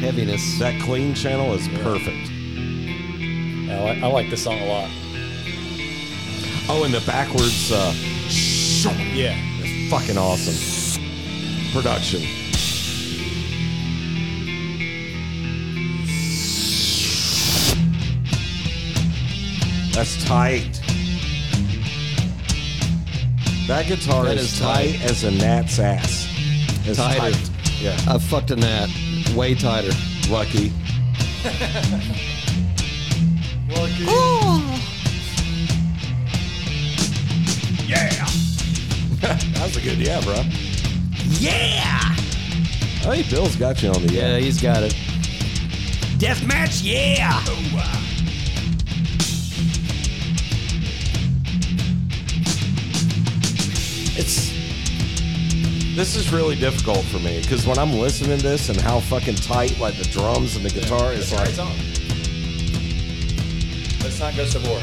heaviness.
That clean channel is perfect.
I, like, I like this song a lot.
Oh, and the backwards, uh,
Yeah.
fucking awesome production. That's tight. That guitar
That
is
is
tight,
tight.
as a gnat's ass. It's
Tighter.
tight. Yeah.
I fucked in that way tighter.
Lucky. Yeah. that was a good yeah, bro. Yeah. I think Bill's got you on the yeah.
Yeah, he's got it.
Deathmatch, yeah!
It's this is really difficult for me because when I'm listening to this and how fucking tight like the drums and the guitar is like
It's on. Let's not go Sabor.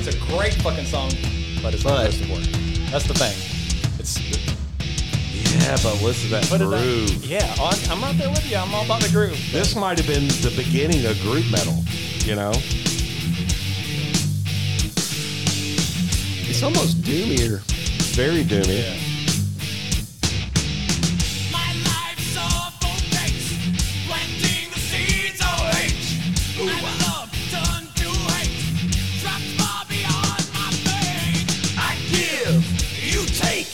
It's a great fucking song, but it's not go
But-
Sabor. That's the thing. It's
yeah, but listen to that
but uh, it's not-
groove.
yeah, on, I'm out there with you. I'm all about the groove.
This might have been the beginning of groove metal, you know?
It's almost doomier.
Very doomy.
Yeah.
My life's a vortex, planting the seeds of hate. And love turned to hate, trapped far beyond my fate. I give, you take.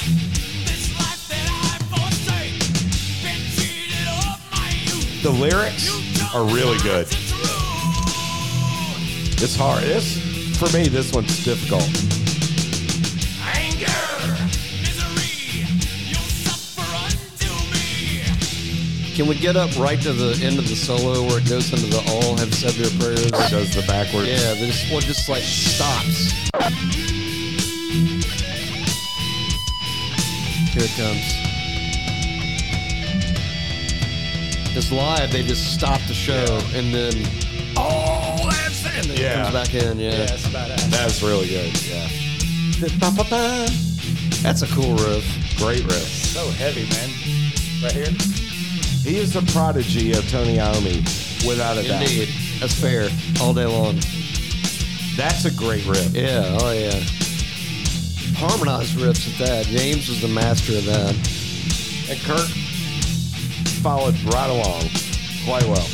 This life that I forsake, been cheated of my youth.
The lyrics are really good.
It's true.
It's hard. This for me, this one's difficult.
Anger, misery, you'll suffer unto me.
Can we get up right to the end of the solo where it goes into the all have said their prayers?
It does the backwards.
Yeah, this one just like stops. Here it comes. It's live, they just stop the show and then
All I've said.
Yeah.
comes back in.
Yeah,
Yeah.
it's badass.
That's really good. Yeah.
Ba-ba-ba. That's a cool riff.
Great riff.
So heavy, man. Right here.
He is the prodigy of Tony Iommi, without a
Indeed.
doubt.
That's fair. All day long.
That's a great riff.
Yeah, oh yeah. Harmonized riffs at that. James was the master of that.
And Kirk followed right along quite well.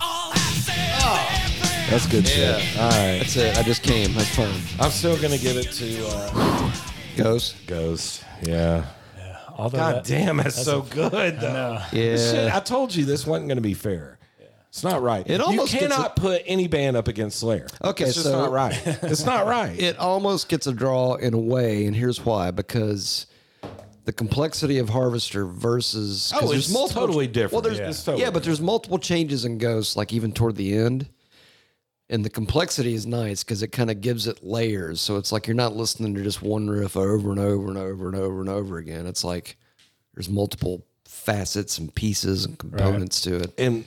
All have said their prayers.
That's good
Yeah.
shit. All right.
That's it. I just came. That's fun.
I'm still gonna give it to uh,
Goes.
Ghost. Yeah.
Although
God
that-
damn, that's, so good though. This shit-
Yeah.
I told you this wasn't gonna be fair. It's not right.
It almost
you
gets
cannot put any band up against Slayer.
Okay,
it's just
so-
not right. It's not right.
It almost gets a draw in a way, and here's why: because the complexity of Harvester versus 'cause
Oh, it's totally different.
Well, there's
Yeah.
yeah.
It's totally
but there's multiple changes in Ghost, like even toward the end, and the complexity is nice because it kind of gives it layers. So it's like you're not listening to just one riff over and over and over and over and over again. It's like there's multiple facets and pieces and components to it.
and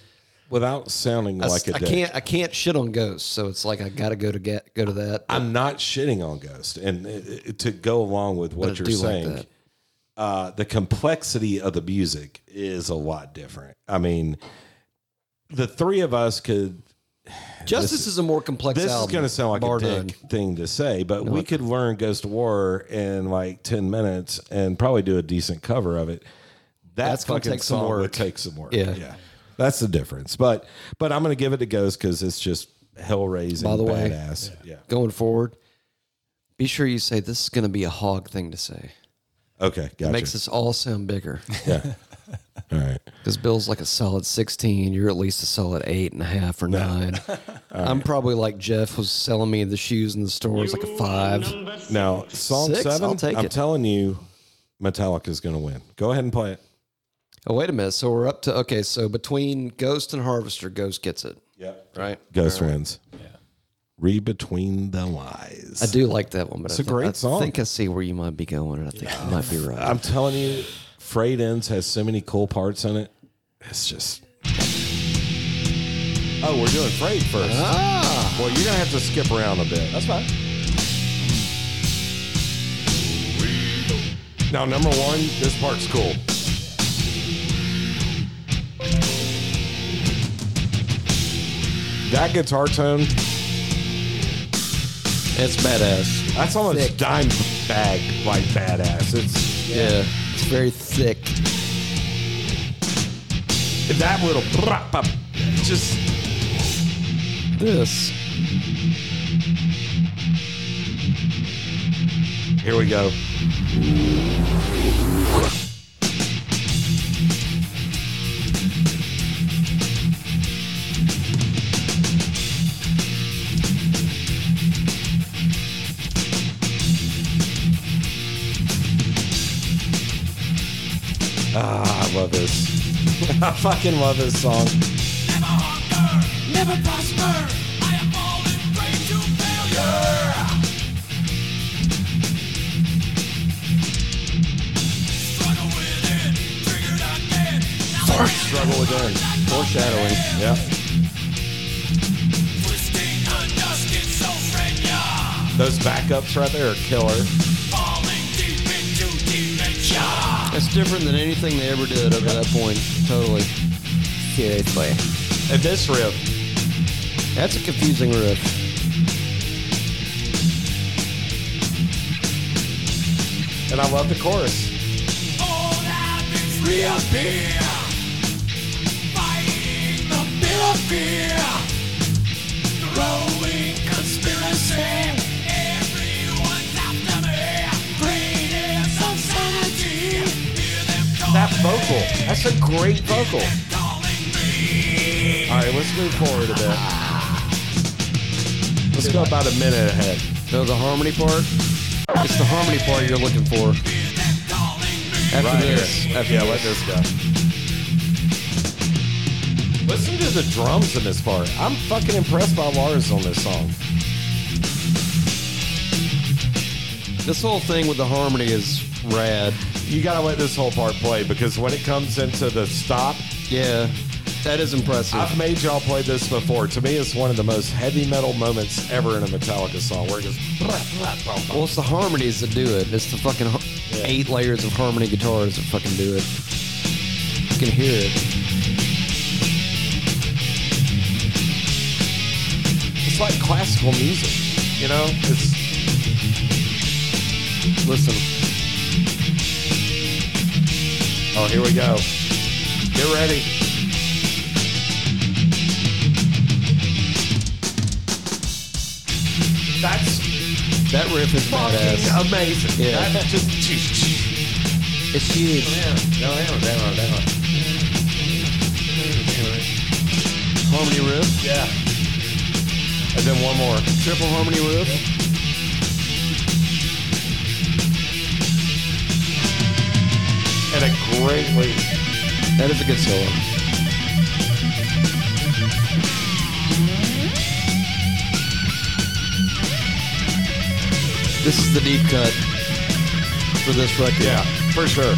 without sounding
I,
like a
I
dick,
can't I can't shit on Ghost, so it's like I got to go to get go to that.
I'm not shitting on Ghost, and uh, uh, to go along with
But I
what you're
do like
saying,
that.
uh, the complexity of the music is a lot different. I mean, the three of us could.
Justice is a more complex.
This is
album,
going to sound like
bar
a dick
none.
thing to say, but we could learn Ghost of War in like ten minutes and probably do a decent cover of it. That
That's gonna
fucking
take some
song would
work.
take some work.
Yeah.
yeah, that's the difference. But but I'm going to give it to Ghost because it's just hell raising.
By the way,
badass. yeah.
going forward, be sure you say this is going to be a hog thing to say.
Okay, gotcha.
Makes us all sound bigger
Yeah. All right.
because Bill's like a solid 16. You're at least a solid eight and a half or nine. I'm probably like Jeff was selling me the shoes in the store. It's like a five.
Now, song
Six,
7
I'll take
I'm
it.
telling you, Metallica's going to win. Go ahead and play it.
Oh, wait a minute. So we're up to, okay. So between Ghost and Harvester, Ghost gets it,
Yep.
right?
Ghost wins. Read between the lies.
I do like that one, but
It's
I
a
think-
great
I
song.
think I see where you might be going, and I think you might be right.
I'm telling you, Freight Ends has so many cool parts in it. It's just. Oh, we're doing Freight first. Well, you're going to have to skip around a bit.
That's fine.
Now, number one, this part's cool. That guitar tone,
it's badass.
that's almost
Thick.
dime bag like badass. It's
yeah. It's very thick.
That little brap up just
This
here we go. Ah, I love this. I fucking love this song.
Never hunger, never prosper. I am falling prey to failure. Struggle with it, triggered again. Now
Struggle again. Foreshadowing. Yeah.
twisting undust in schizophrenia.
Those backups right there are killer.
Falling deep into dementia.
That's different than anything they ever did up to that point. Totally. Seriously.
And this riff.
That's a confusing riff.
And I love the chorus.
Old habits reappear, fighting the bill of fear. Growing conspiracy, everyone's after me. Greed is obscenity. Hear them calling,
That vocal. That's a great vocal.
calling me.
All right, let's move forward a bit. Let's go about a minute ahead.
No, the harmony part. It's the harmony part you're looking for.
Hear them calling me.
After
Right
this,
here.
after
yeah,
this.
let this go. Listen to the drums in this part. I'm fucking impressed by Lars on this song.
This whole thing with the harmony is rad.
You gotta let this whole part play because when it comes into the stop,
Yeah, that is impressive.
I've made y'all play this before. To me, it's one of the most heavy metal moments ever in a Metallica song where it goes.
well, it's the harmonies that do it. It's the fucking har-
Yeah.
eight layers of harmony guitars that fucking do it. You can hear it.
It's like classical music, you know? It's
Listen,
oh, here we go. Get ready. That's
that riff is
fucking
badass.
amazing.
Yeah.
That just
It's huge.
down, down, down, down.
Harmony riff,
Yeah. And then one more.
triple harmony riff.
And a great lead.
That is a good solo. This is the deep cut for this record.
Yeah, for sure.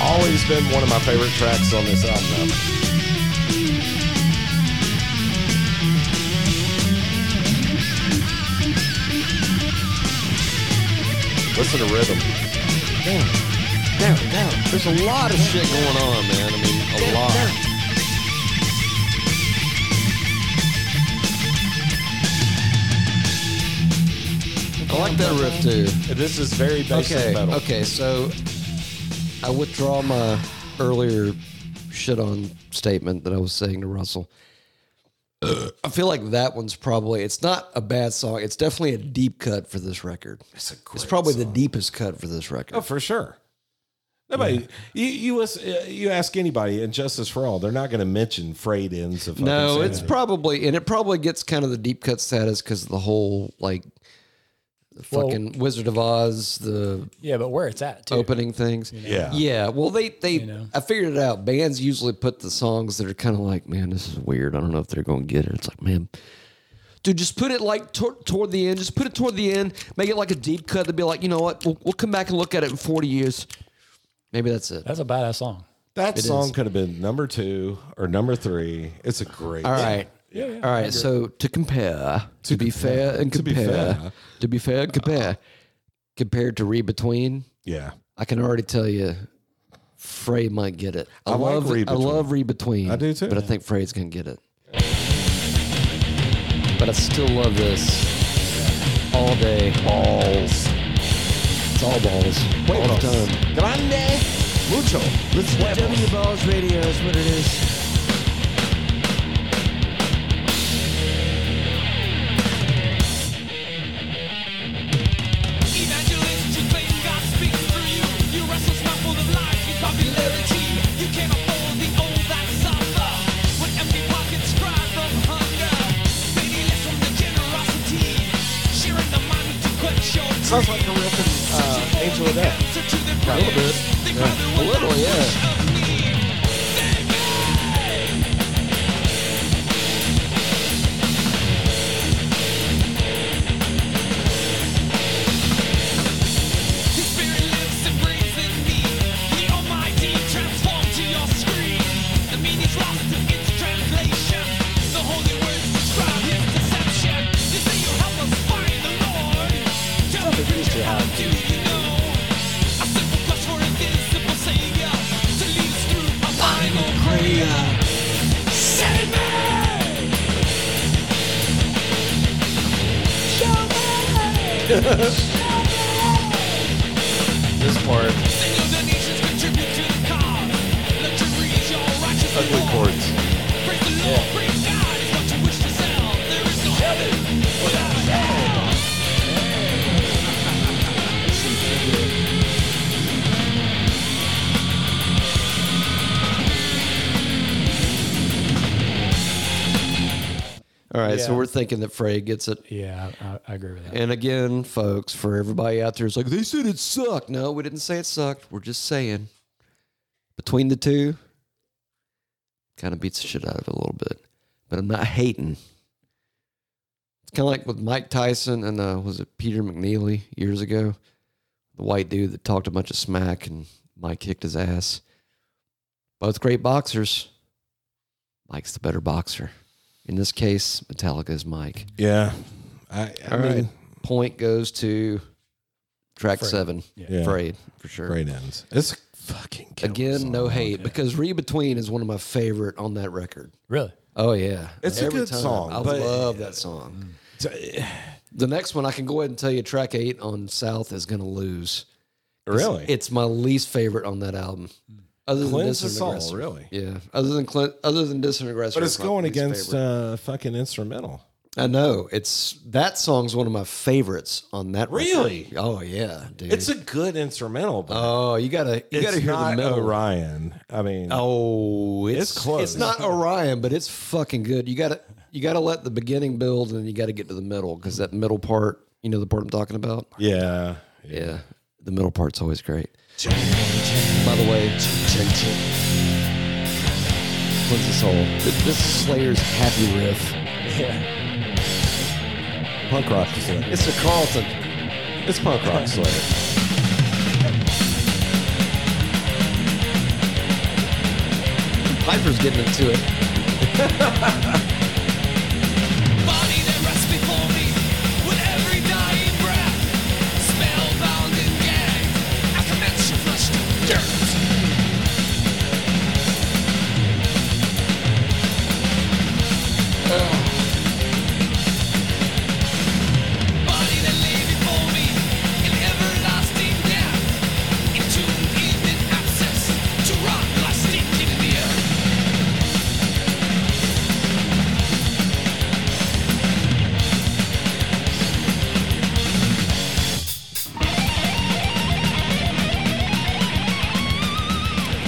Always been one of my favorite tracks on this album. though. Listen to rhythm.
Down, down. There's a lot of shit going on, man. I mean, a lot. I like that riff too.
This is very basic
Okay,
metal.
okay. So I withdraw my earlier shit on statement that I was saying to Russell. I feel like that one's probably it's not a bad song. It's definitely a deep cut for this record. It's, probably the deepest cut for this record.
Oh, for sure. Nobody, you you, listen, uh, you ask anybody, and Justice for All, they're not going to mention frayed ends of. fucking
no, it's
Sanity.
probably and it probably gets kind of the deep cut status because of the whole like the
Well-
fucking Wizard of Oz, the
Yeah, but where it's at, too.
opening things.
yeah.
Yeah, well, they they
know?
I figured it out. Bands usually put the songs that are kind of like, man, this is weird. I don't know if they're going to get it. It's like, man, dude, just put it like tor- toward the end. Just put it toward the end. Make it like a deep cut. To be like, you know what? We'll, we'll come back and look at it in forty years. Maybe that's it.
That's a badass song.
That song
is.
could have been number two or number three. It's a great.
All right. All right. So to compare, to, be fair and
To be
compare, to be
fair.
fair, and compare, compared to Read Between,
Yeah.
I can already tell you. Frey might get it. I,
I like
love
Read
I love Read Between.
I do too.
But I think Frey's gonna get it. But I still love this all day. Balls. It's all balls.
Wait,
all the time.
Grande mucho. Let's
W Balls Radio is what it is.
Evangelist, you claim God speaks through you. You wrestle not full of lies, you popularity. You came up for the old that suffer. When empty pockets cry from hunger. Maybe less from the generosity. Sharing the money to quench your
Sounds like a riff in uh, Angel of Death.
Answer to the
A little bit. A little, yeah.
oh
This part.
Ugly chords.
All right, so
Yeah.
we're thinking that Frey gets it.
Yeah, I, I, I agree with that.
And again, folks, for everybody out there who's like, they said it sucked. No, we didn't say it sucked. We're just saying between the two, kind of beats the shit out of it a little bit. But I'm not hating. It's kind of like with Mike Tyson and uh, was it Peter McNeely years ago? The white dude that talked a bunch of smack and Mike kicked his ass. Both great boxers. Mike's the better boxer. In this case, Metallica is Mike.
Yeah. I, I
All right,
mean,
Point goes to track seven.
Yeah.
Frayed, for sure.
great ends. It's fucking killer
Again,
song.
no hate because Re Between is one of my favorite on that record.
Really?
Oh yeah,
It's a good song,
I
but-
love that song.
It's-
The next one, I can go ahead and tell you, track eight on South is gonna lose. 'Cause
Really?
it's my least favorite on that album. Other than
Cleanse the
Dissident
Soul,
Aggressor.
really.
Yeah. Other than Clint, other than Dissident Aggressor,
But it's
my
going
least
against
favorite.
uh, fucking instrumental.
I know it's that song's one of my favorites on that. record.
Really?
Oh yeah, dude.
It's a good instrumental, but
oh you gotta you
it's
gotta hear
not
the middle.
Orion. I mean,
Oh, it's,
It's close.
It's not Orion, but it's fucking good. You got to you got to let the beginning build, and you got to get to the middle because that middle part, you know, the part I'm talking about.
yeah, yeah.
Yeah, the middle part's always great. By the way, cleanse the soul. Th- This is Slayer's happy riff.
Punk rock Slayer. It's,
It's a Carlton.
it's punk rock Slayer.
Piper's getting into it.
Body that rests before me with every dying breath. Spellbound and gagged, I commence to flush to dirt. Uh. Body that lay before me in everlasting death. Into evening abscess to rot like stink into the earth.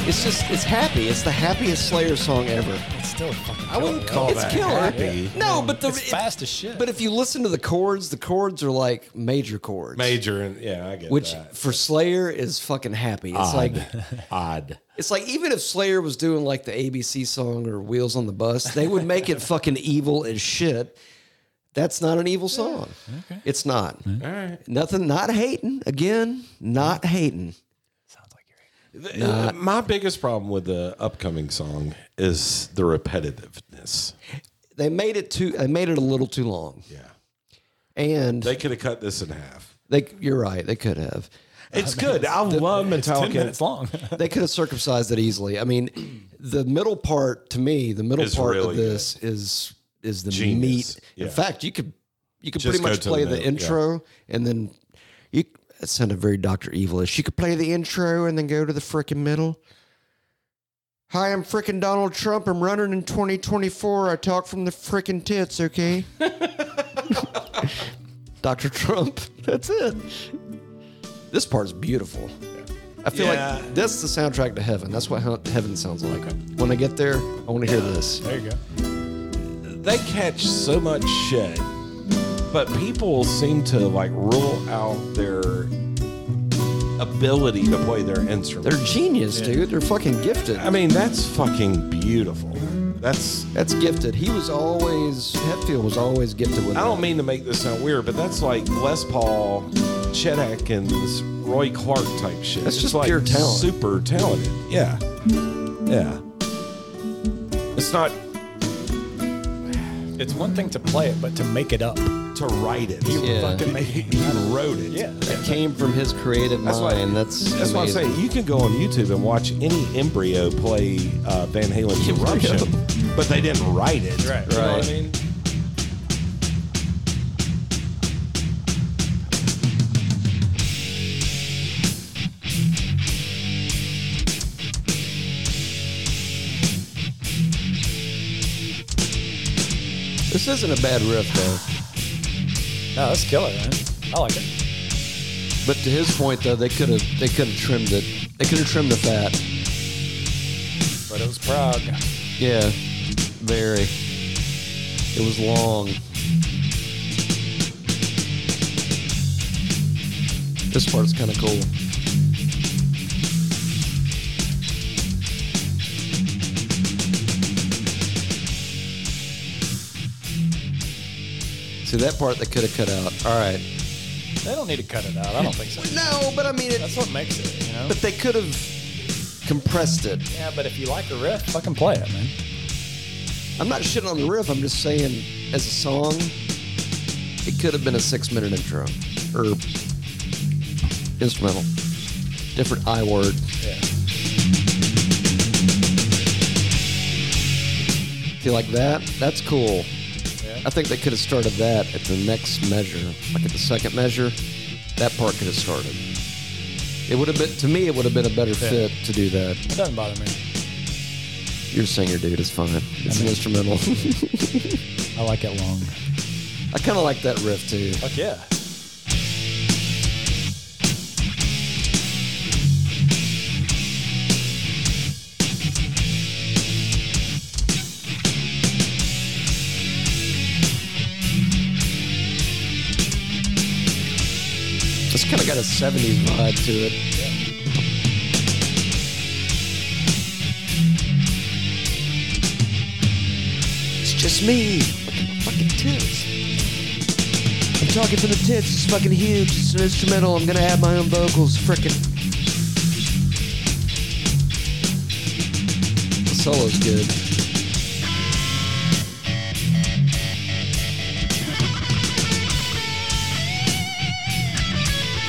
It's just it's happy. It's the happiest Slayer song ever.
It's still fucking.
I wouldn't call it's
that
killer.
happy.
No, but the
It's
it-
fast as shit.
But if you listen to the chords, the chords are like major chords.
Major and yeah, I get
which
that.
for Slayer is fucking happy.
Ah,
It's like
Odd.
it's like even if Slayer was doing like the ABC song or Wheels on the Bus, they would make it fucking evil as shit. That's not an evil song. It's not.
All right.
Nothing. Not hating. Again, not hating.
The- Uh,
uh,
my biggest problem with the upcoming song is the repetitiveness.
They made it too. They made it a little too long.
Yeah,
And
they
they,
could have cut this in half.
you're right. They could have.
It's good. I love
ten
Metallica.
minutes long.
They could have circumcised it easily. I mean, the middle part to me, the middle
It's
part
really
of this is is the
Genius.
meat.
Yeah.
In fact, you could you could
Just
pretty
go
much
to the
play the,
middle, yeah.
intro and then you. It sounded very Doctor Evilish. You could play the intro and then go to the frickin' middle. Hi, I'm frickin' Donald Trump. I'm running in 2024. I talk from the frickin' tits, okay? Dr. Trump. That's it. This part's beautiful. I feel
Yeah.
like that's the soundtrack to heaven. That's what hea- heaven sounds like. When I get there, I want to hear this.
There you go.
they catch so much shit, but people seem to like rule out their ability to play their instrument.
They're genius, dude. They're fucking gifted.
I mean, that's fucking beautiful. That's
That's gifted. He was always Hetfield was always gifted with.
I
that.
don't mean to make this sound weird, but that's like Les Paul, Chet Atkins, Roy Clark type shit.
That's
It's
just
like
pure talent.
Super talented. Yeah. Yeah. It's not
It's one thing to play it, but to make it up.
to write it. He
Yeah.
fucking made it. He wrote it.
Yeah.
It came from his creative
That's why-
mind. Uh, that's
That's what I'm
amazing.
saying. You can go on YouTube and watch any embryo play uh, Van Halen's Eruption, but they didn't write it.
Right. You know what I mean?
This isn't a bad riff though.
Oh,
No, that's killer, man. I like it.
But to his point though, they could have they could have trimmed it. They could have trimmed the fat.
But it was Prague.
Yeah, very. It was long. This part's kind of cool. See that part they could have cut out. All right.
They don't need to cut it out. I don't think so.
No, but I mean it.
That's what makes it, you know?
But they could have compressed it.
Yeah, but if you like a riff, fucking play it, man.
I'm not shitting on the riff. I'm just saying, as a song, it could have been a six-minute intro or instrumental. Different I word.
Yeah.
See, like that. That's cool.
Yeah.
I think they could have started that at the next measure, like at the second measure. That part could have started. It would have been to me. It would have been a better fit to do that.
It doesn't bother me.
You're a singer, dude. It's fine. It's an instrumental.
I like it long.
I kind of like that riff too.
Fuck yeah.
It's kind of got a 70s vibe to it. It's just me. Fucking- Fucking tits. I'm talking for the tits. It's fucking huge. It's an instrumental. I'm gonna add my own vocals. Frickin'. The solo's good.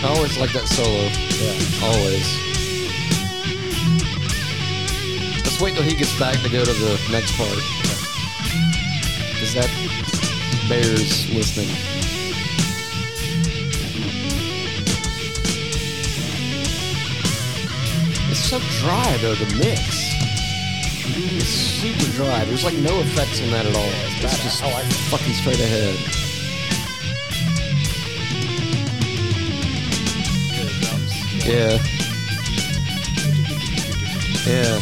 I always like that solo. Yeah. Always. Let's wait till he gets back to go to the next part. Because that bears listening. It's so dry though, the mix. It's super dry. There's like no effects on that at all. It's just fucking straight ahead. Yeah. Yeah.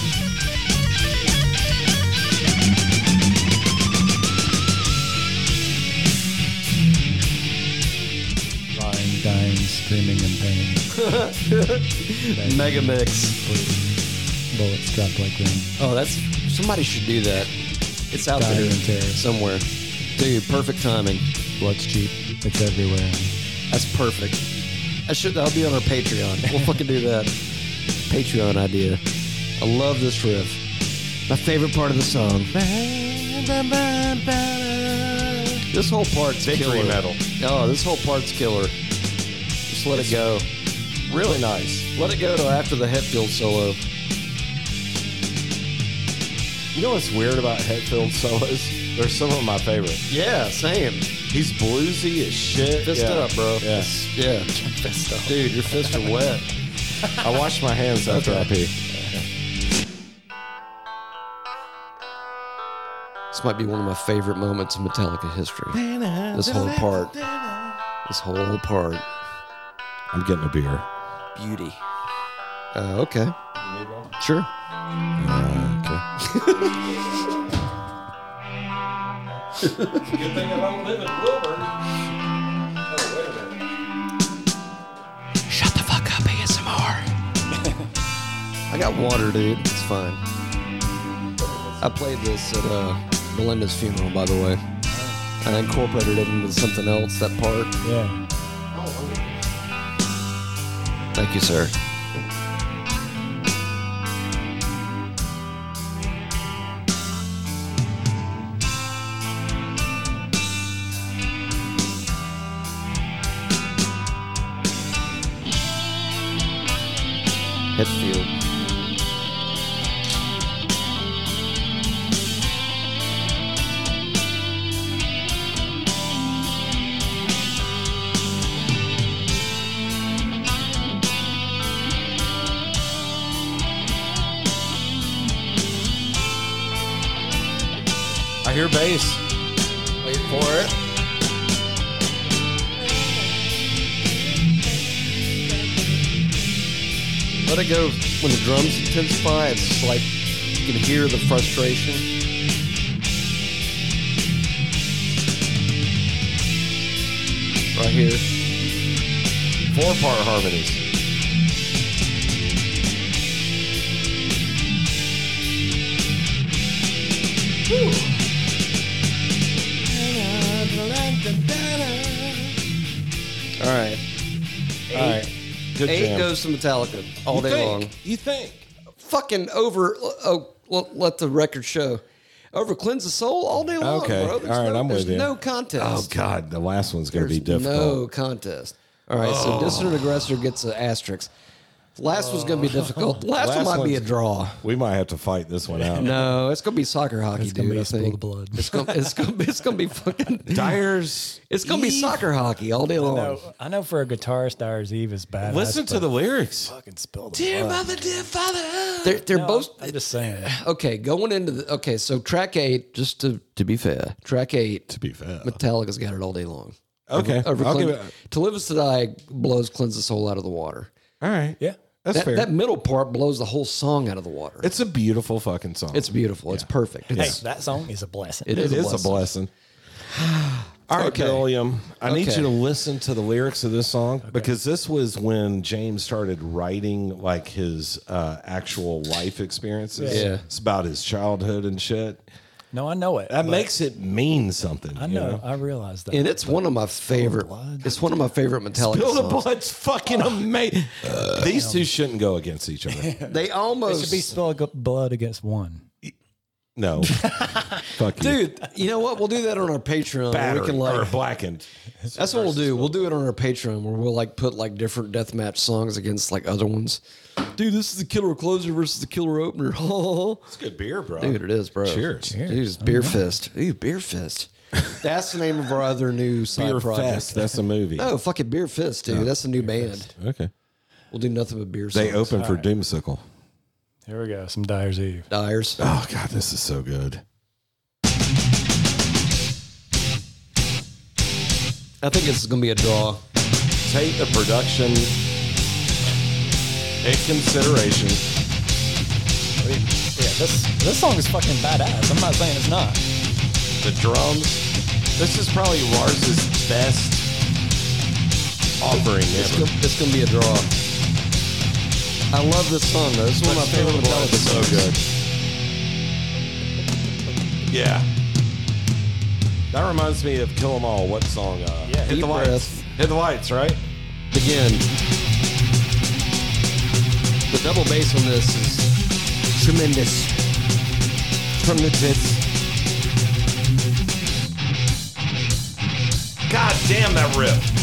Lying, dying, screaming in pain.
Mega mix.
Bullets dropped like rain.
Oh, that's somebody should do that. It's out
Dying
there
in terror.
somewhere. Dude, perfect timing.
Blood's cheap. It's everywhere.
That's perfect. That should that'll be on our Patreon. We'll fucking do that. Patreon idea. I love this riff. My favorite part of the song. This whole part's
Victory
killer.
metal.
Oh, this whole part's killer. Just let it go.
Really nice.
Let it go till after the Hetfield solo.
You know what's weird about Hetfield solos? They're some of my favorite.
Yeah, same.
He's bluesy as shit.
Fist
Yeah.
up, bro.
Yeah.
It's- yeah.
Fist up.
Dude, your fists are wet.
I wash my hands after I pee.
This might be one of my favorite moments in Metallica history. This whole part. This whole part.
I'm getting a beer.
Beauty. Uh, okay. Sure.
Good thing I don't live in Wilbur. Oh, wait a minute.
Shut the fuck up, ASMR. I got water, dude. It's fine. I played this at uh, Melinda's funeral, by the way. I incorporated it into something else, that part.
Yeah.
Thank you, sir. Hetfield.
I hear bass.
Wait for it. Let it go when the drums intensify. It's like you can hear the frustration. Right here. Four part harmonies. All right.
All right.
Good
Eight
jam.
goes to Metallica all
you
day
think,
long.
You think?
Fucking over. Oh, well, let the record show. Over cleanse the soul all day long,
Okay.
bro. There's
All right,
no,
I'm with
there's
you.
no contest.
Oh God, the last one's going to
There's
be
No
difficult.
contest. All right,
Oh.
so dissident aggressor gets an asterisk. Last one's gonna be difficult.
Oh.
Last,
Last
one might be a
one's-
draw.
We might have to fight this one out.
No, it's gonna be soccer hockey,
It's
dude.
gonna be
I
a spill
think
of blood.
it's gonna it's gonna be, it's gonna be fucking.
Dyer's.
It's gonna be
Eve.
soccer hockey all day long.
No, I know for a guitarist, Dyer's Eve is bad.
Listen to the lyrics.
fucking spill. The Dear blood.
Mother, dear father.
They're they're both
I'm just saying.
okay. Going into the okay, so track eight. Just to to be fair, track eight.
To be fair.
Metallica's got it all day long.
Okay.
Over
I'll
Clean-
give it.
to live is to die blows cleanse the soul out of the water.
All right.
Yeah.
That's
That,
fair.
that middle part blows the whole song out of the water.
it's a beautiful fucking song.
It's beautiful. It's perfect.
Hey,
It's,
that song is a blessing.
it
It
is,
is a blessing. All right,
Okay.
William. I need
Okay.
you to listen to the lyrics of this song because this was when James started writing like his uh, actual life experiences.
Yeah.
It's about his childhood and shit.
No, I know it.
That
but
makes it mean something.
I
you
know. I realize that.
And it's one of my favorite.
Blood.
It's one of my favorite Metallica
Bill the
songs.
Blood's fucking amazing. These two shouldn't go against each other.
They
it should be
almost,
spill of blood against one.
No. Fuck you.
dude. You know what? We'll do that on our Patreon. where
Battered
we can
or
like.
blackened.
That's what we'll do. We'll do it on our Patreon where we'll like put like different deathmatch songs against like other ones. Dude, this is the killer closer versus the killer opener.
It's good beer, bro.
Dude, it is, bro.
Cheers.
Dude, it's beer fist. Ooh, beer fist. That's the name of our other new side
Beer
project.
Fest. That's a movie.
Oh, fucking beer fist, dude. That's a new band.
Okay.
We'll do nothing but beer.
They
songs.
open for Doomsicle.
Here we go. Some Dyer's Eve.
Dyers.
Oh god, this is so good.
I think this is gonna be a draw.
Take the production in consideration.
Yeah, this this song is fucking badass. I'm not saying it's not.
The drums. This is probably Lars's best offering
It's
ever.
gonna, it's gonna be a draw. I love this song though. This is one of my favorite Metallica
so
songs.
good. Yeah. That reminds me of Kill 'Em All. What song? Uh, yeah, hit
Deep
the lights.
Breath.
Hit the lights, right?
Again, the double bass on this is tremendous. From the tits.
God damn that riff.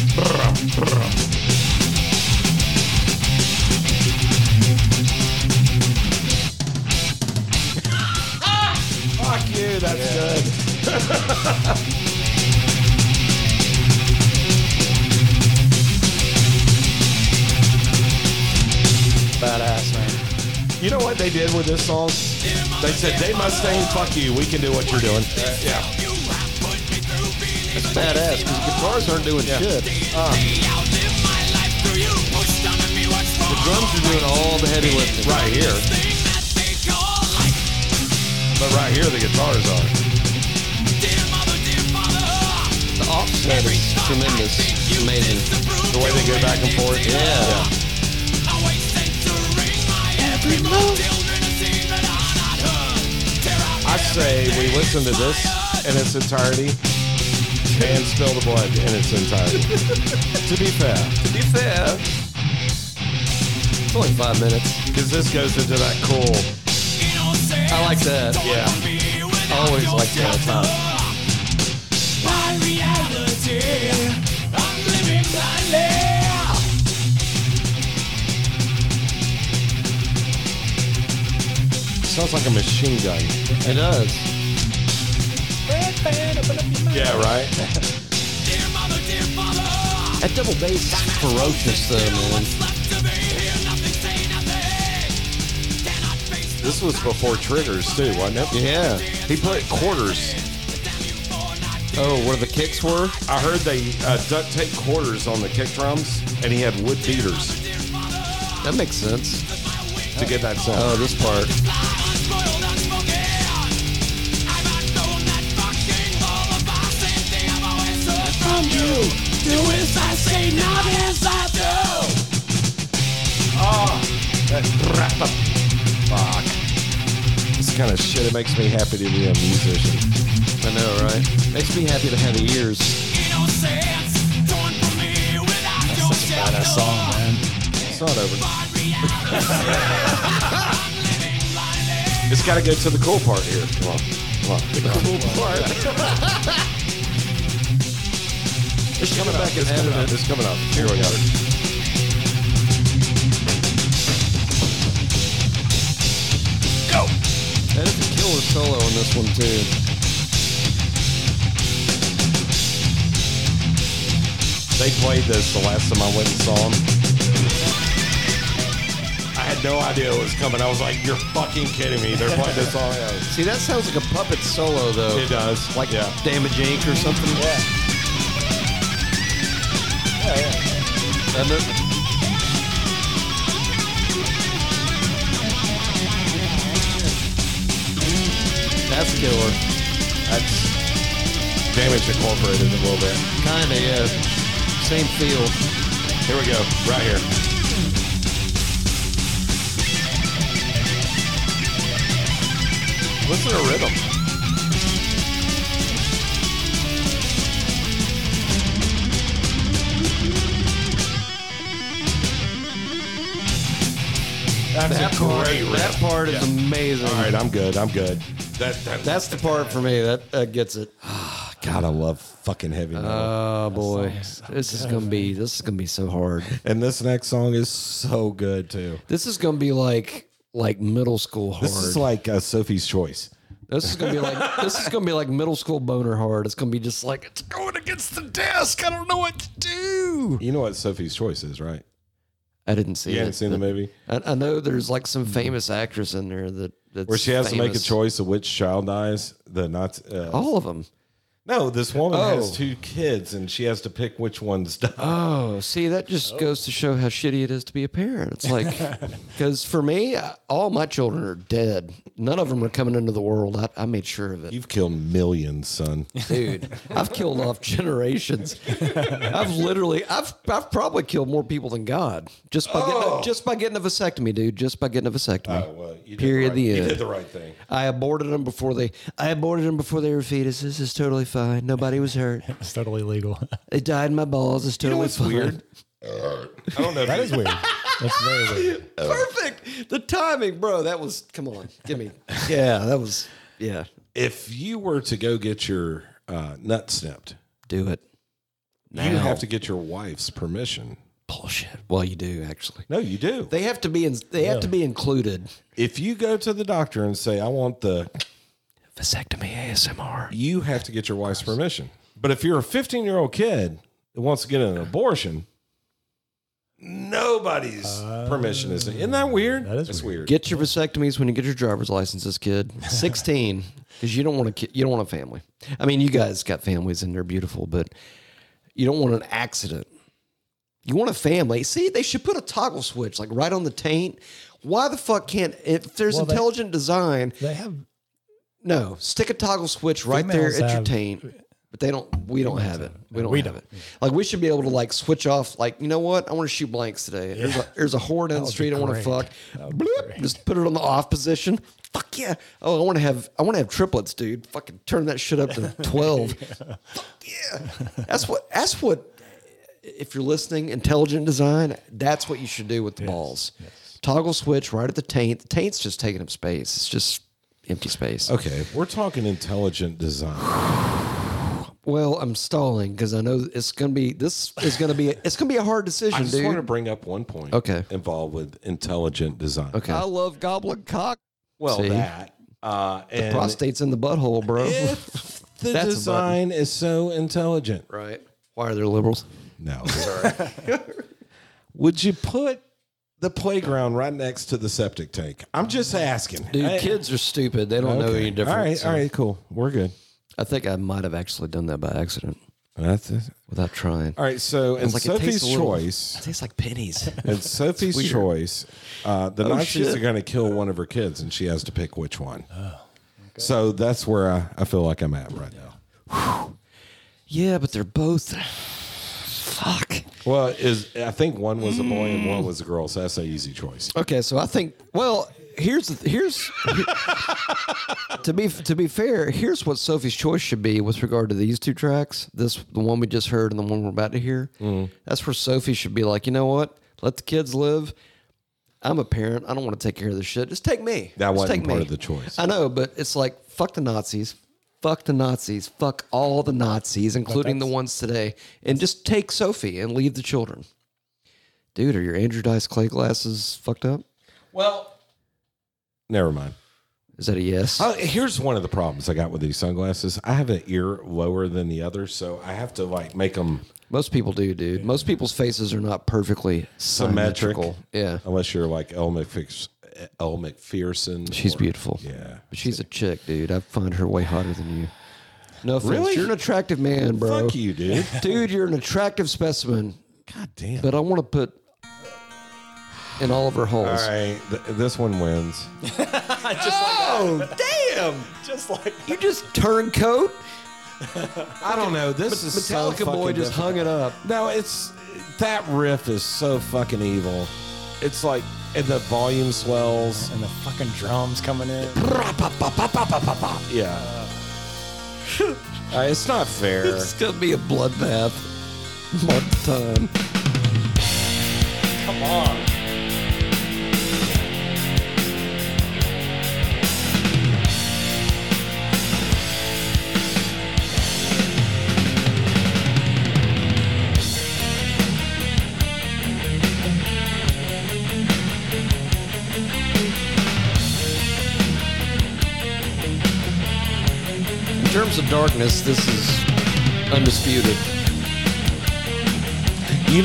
Fuck you, that's good.
Badass, man.
You know what they did with this song? They said, Dave Mustang, fuck you. We can do what you're doing. Yeah.
It's badass because guitars aren't doing shit.
Ah.
The drums are doing all the heavy lifting.
Right here. But right here, the guitars are.
The offset is tremendous. It's amazing.
The way they go back and forth.
Yeah.
Yeah.
Every
I say we listen to this in its entirety and spill the blood in its entirety. to be fair,
Be fair. It's only five minutes.
because this goes into that cool.
I like that.
Yeah.
Always like that time.
Sounds like a machine gun.
It does.
Yeah, right.
That double bass is ferocious though, man.
This was before triggers too, wasn't it?
Yeah.
He put quarters.
Oh, where the kicks were?
I heard they uh, duct tape quarters on the kick drums, and he had wood beaters
That makes sense.
to get that sound.
Oh, this part.
this kind of shit. It makes me happy to be a musician.
I know, right? Makes me happy to have ears.
Badass song, man.
It's not over. it's got to go to the cool part here. Come on, come on. The cool part. it's coming back. It's coming up. It's coming up. Here we go.
That is a killer solo on this one too.
They played this the last time I went and saw them. I had no idea it was coming. I was like, "You're fucking kidding me!" They're playing this all.
See, that sounds like a puppet solo though.
It does.
Like
yeah.
Damage Inc. or something. Yeah. That's killer.
That's damage incorporated a little bit.
Kinda, yeah. Same feel.
Here we go. Right here. Listen to rhythm. That's
That
a
part,
great rhythm.
that part is amazing.
All right, I'm good. I'm good. That, that,
That's the part for me that uh, gets it.
God, I love fucking heavy metal.
Oh boy, this is gonna be this is gonna be so hard.
and this next song is so good too.
This is gonna be like like middle school hard.
This is like uh, Sophie's Choice.
This is gonna be like this is gonna be like middle school boner hard. It's gonna be just like it's going against the desk. I don't know what to do.
You know what Sophie's Choice is, right?
I didn't see
You
it.
haven't seen the movie
I, I know there's like some famous actress in there that that's
where she has to make a
famous.
choice of which child dies. The not uh,
All of them.
no, this woman has
Oh.
two kids and she has to pick which one's die.
Oh, see, that just goes to show how shitty it is to be a parent. It's like, because for me, I- all my children are dead. None of them are coming into the world. I, I made sure of it.
You've killed millions, son.
dude. I've killed off generations. I've literally, I've, I've probably killed more people than God just by
Oh.
getting, a, just by getting a vasectomy, dude. Just by getting a vasectomy. Period.
Right.
The
Oh, You
end.
did the right thing.
I aborted them before they. I aborted them before they were fetuses. It's totally fine. Nobody was hurt.
It's totally legal.
They died in my balls. It's
You know
totally
what's
fine.
weird? I don't know. If
that
you-
is weird. That's very weird.
Oh. Perfect. The timing, bro. That was. Come on, give me. Yeah, that was. Yeah,
If you were to go get your uh, nut snipped,
do it.
you have to get your wife's permission.
Bullshit. Well, you do actually.
No, you do.
They have to be in. They have to be included.
if you go to the doctor and say, "I want the,"
Vasectomy ASMR.
you have to get your wife's permission. But if you're a 15 year old kid that wants to get an abortion, nobody's permission is. Isn't that weird? That
is
That's weird.
Get your vasectomies when you get your driver's licenses, kid. Sixteen, because you don't want to. You don't want a family. I mean, you guys got families and they're beautiful, but you don't want an accident. You want a family. See, they should put a toggle switch like right on the taint. Why the fuck can't if there's
Well, they-
intelligent design?
They have
No, stick a toggle switch right there
Females
at your
have-
taint. but they don't. We don't have it. We don't. We have it. Like we should be able to like switch off. Like you know what? I want to shoot blanks today. There's, a, there's a whore down the street. I want to fuck. Bloop. just put it on the off position. Fuck yeah. Oh, I want to have. I want to have triplets, dude. Fucking turn that shit up to twelve. Fuck yeah. That's what. That's what. If you're listening, intelligent design. That's what you should do with the balls. Toggle switch right at the taint. The taint's just taking up space. It's just empty space.
Okay, we're talking intelligent design.
Well, I'm stalling because I know it's gonna be. This is gonna be. It's gonna be a hard
I
decision,
just want to
dude.
bring up one point.
Okay.
Involved with intelligent design.
Okay. I love goblin cock.
Oh, Well,
See?
that uh, and
Prostate's in the butthole, bro.
If the
That's a
design is so intelligent,
right. Why are there liberals?
no. Would you put the playground right next to the septic tank? I'm just asking,
Dude,
I-
kids are stupid. They don't know
Okay.
any difference.
All right, all right, cool. We're good.
I think I might have actually done that by accident
That's it.
without trying.
All right. So, in
It's like it tastes
Sophie's
a little-
choice,
It tastes like pennies.
And Sophie's
weird.
choice, uh, the Nazis
shit.
are going to kill one of her kids, and she has to pick which one. So that's where I, I feel like I'm at right now.
yeah, but they're both. Fuck.
Well, is I think one was a boy and one was a girl, so that's an easy choice.
Okay, so I think. Well, here's the, here's to be to be fair. Here's what Sophie's choice should be with regard to these two tracks. This the one we just heard and the one we're about to hear.
Mm.
That's where Sophie should be like, you know what? Let the kids live. I'm a parent. I don't want to take care of this shit. Just take me.
That
Just
wasn't
take
part
me.
of the choice.
I know, but it's like fuck the Nazis. Fuck the Nazis. Fuck all the Nazis, including the ones today, and just take Sophie and leave the children. Dude, are your Andrew Dice Clay glasses fucked up?
Well, never mind.
Is that a yes?
Oh, here's one of the problems I got with these sunglasses. I have an ear lower than the other, so I have to like make them
Most people do, dude. Most people's faces are not perfectly
symmetric.
symmetrical. Yeah.
Unless you're like El, McFix, El McPherson.
She's
or-
beautiful.
Yeah.
But she's a chick, dude. I find her way hotter than you. No offense.
Really?
You're an attractive man, bro.
Fuck you, dude.
Dude, you're an attractive specimen.
God damn.
But I want to put in all of her holes.
All right, th- this one wins.
Just like
You just turncoat.
I don't know. This is
Metallica boy just hung it up.
No, it's that riff is so fucking evil. It's like and the volume swells.
And the fucking drums coming in.
Yeah. Uh, it's not fair.
It's gonna be a bloodbath. Mark the time.
come on.
In terms of darkness, this is undisputed. You.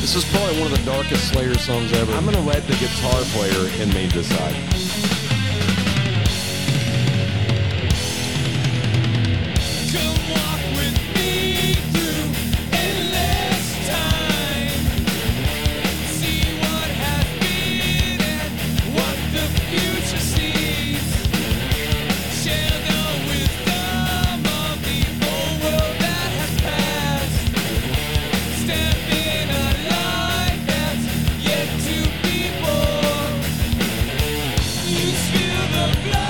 This is probably one of the darkest Slayer songs ever.
I'm gonna let the guitar player in me decide.
Come walk with me through endless time. See what has been and what the future sees. Share the wisdom of the old world that has passed. Step in a life that's yet to be born. You spill the blood.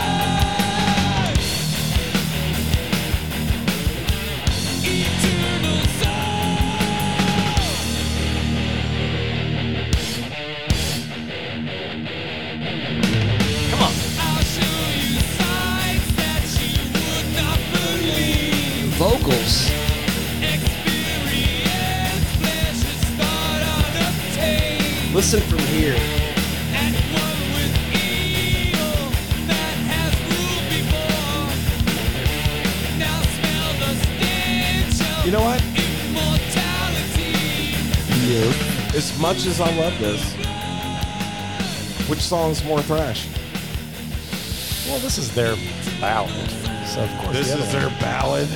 Eternal soul.
Come on.
I'll show you sights that you would not believe.
vocals.
Experience pleasures thought unobtained.
Listen from here.
At one with evil that has ruled before. Now smell the stench of
You know what?
immortality.
As much as I love this, which song's more thrash?
Well, this is their ballad. So, of course, the other
their ballad.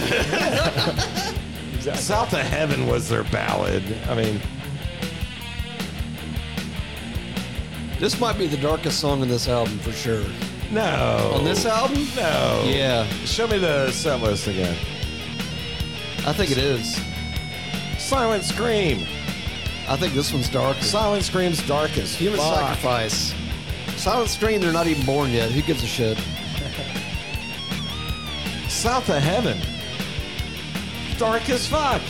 South of Heaven was their ballad. I mean,
This might be the darkest song in this album for sure.
No.
On this album?
No.
Yeah,
Show me the set list again.
I think it is.
Silent Scream.
I think this one's dark.
Silent Scream's darkest.
Human
Fuck.
sacrifice. Silent Scream, they're not even born yet. Who gives a shit?
South of Heaven. Dark as fuck.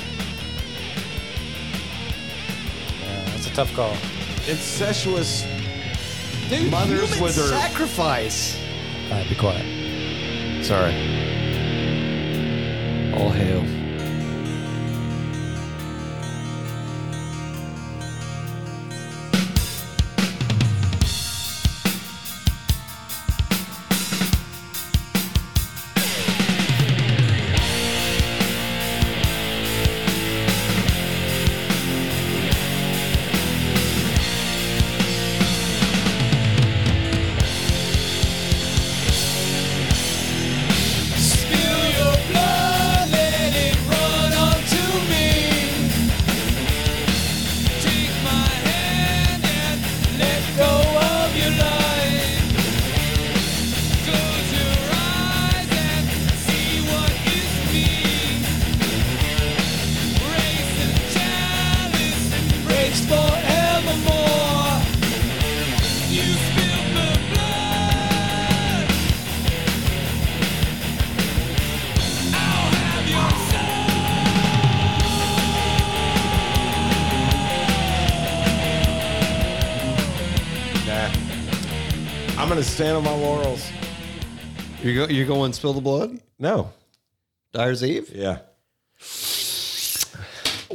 Yeah, that's a tough call.
Incestuous.
Dude,
Mothers
human
with her-
sacrifice.
All right, be quiet.
Sorry. All hail.
Forevermore, you spilled the blood.
Nah. I'm gonna stand on my laurels.
You're, go- you're going spill the blood?
No.
Dyer's Eve?
Yeah.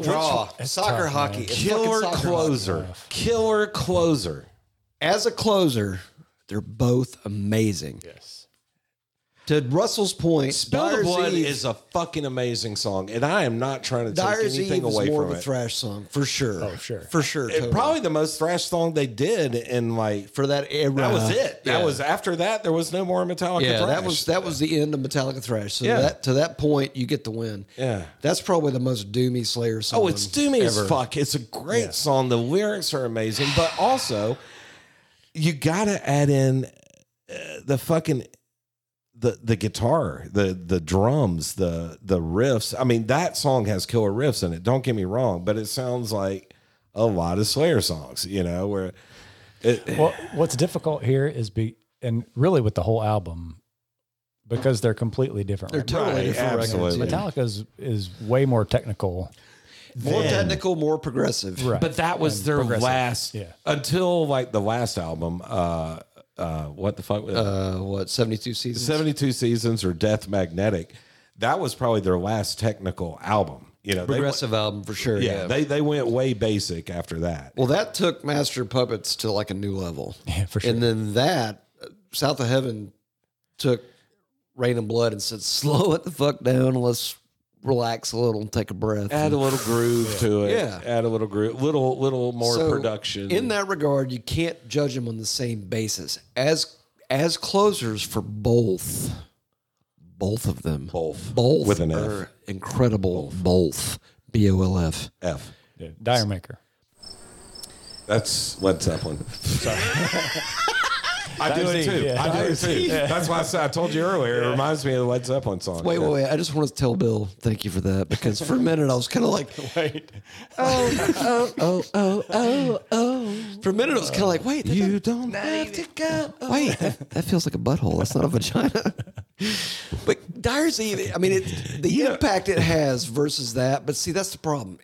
Draw. Soccer hockey. It's
Killer
fucking soccer
closer. Killer closer.
hockey. As a closer, they're both amazing.
Yes.
To Russell's point,
Spill the
Dyer's
Blood
Eve,
is a fucking amazing song, and I am not trying to take
Dyer's
anything
Eve is
away
more
from
of a
it.
thrash song for sure.
Oh, sure.
for sure.
It-
totally.
Probably the most thrash song they did, and like
for that era.
that was it. That
Yeah.
was after that. There was no more Metallica.
yeah. That
thrash.
was that was the end of Metallica thrash. So
Yeah.
that to that point, you get the win.
Yeah.
That's probably the most doomy Slayer song.
Oh, it's
Um,
doomy as
ever.
fuck. It's a great song. The lyrics are amazing, but also you got to add in uh, the fucking the the guitar, the the drums, the the riffs. I mean, that song has killer riffs in it. Don't get me wrong, but it sounds like a lot of Slayer songs. You know, where
Well, what's difficult here is be and really with the whole album because they're completely different.
They're
right?
totally
Right,
different records.
absolutely.
Yeah.
Metallica is, is way more technical.
More technical, more progressive.
Right.
but that was
and
their
progressive.
last
Yeah.
until like the last album. Uh, uh, what the fuck? was
Uh, what seventy two seasons?
72 seasons or death magnetic that was probably their last technical album you know they went-
progressive album for sure.
yeah, they they went way basic after that
well, that took Master of Puppets to like a new level.
Yeah, for sure.
And then that uh, South of Heaven took Rain and Blood and said, "Slow it the fuck down. Let's relax a little and take a breath."
add a little groove to it
Yeah.
add a little groove little little more
So,
production
In that regard, you can't judge them on the same basis as as closers for both. Both of them.
Both.
Both
With an F.
are incredible. Both. B O L F.
f
Yeah, Dire Maker.
that's led zeppelin I do it
That's
too.
it, yeah.
I do it too. That's why I, said, I told you earlier. It reminds me of the Led Zeppelin song.
Wait, wait, wait. I just want to tell Bill, thank you for that because for a minute I was kind of like, oh, oh, oh, oh, oh, oh. For a minute I was kind of like, wait, you don't have to go. Wait, that, that feels like a butthole. That's not a vagina. but Dyer's Eve, I mean, it, the impact it has versus that. But see, that's the problem.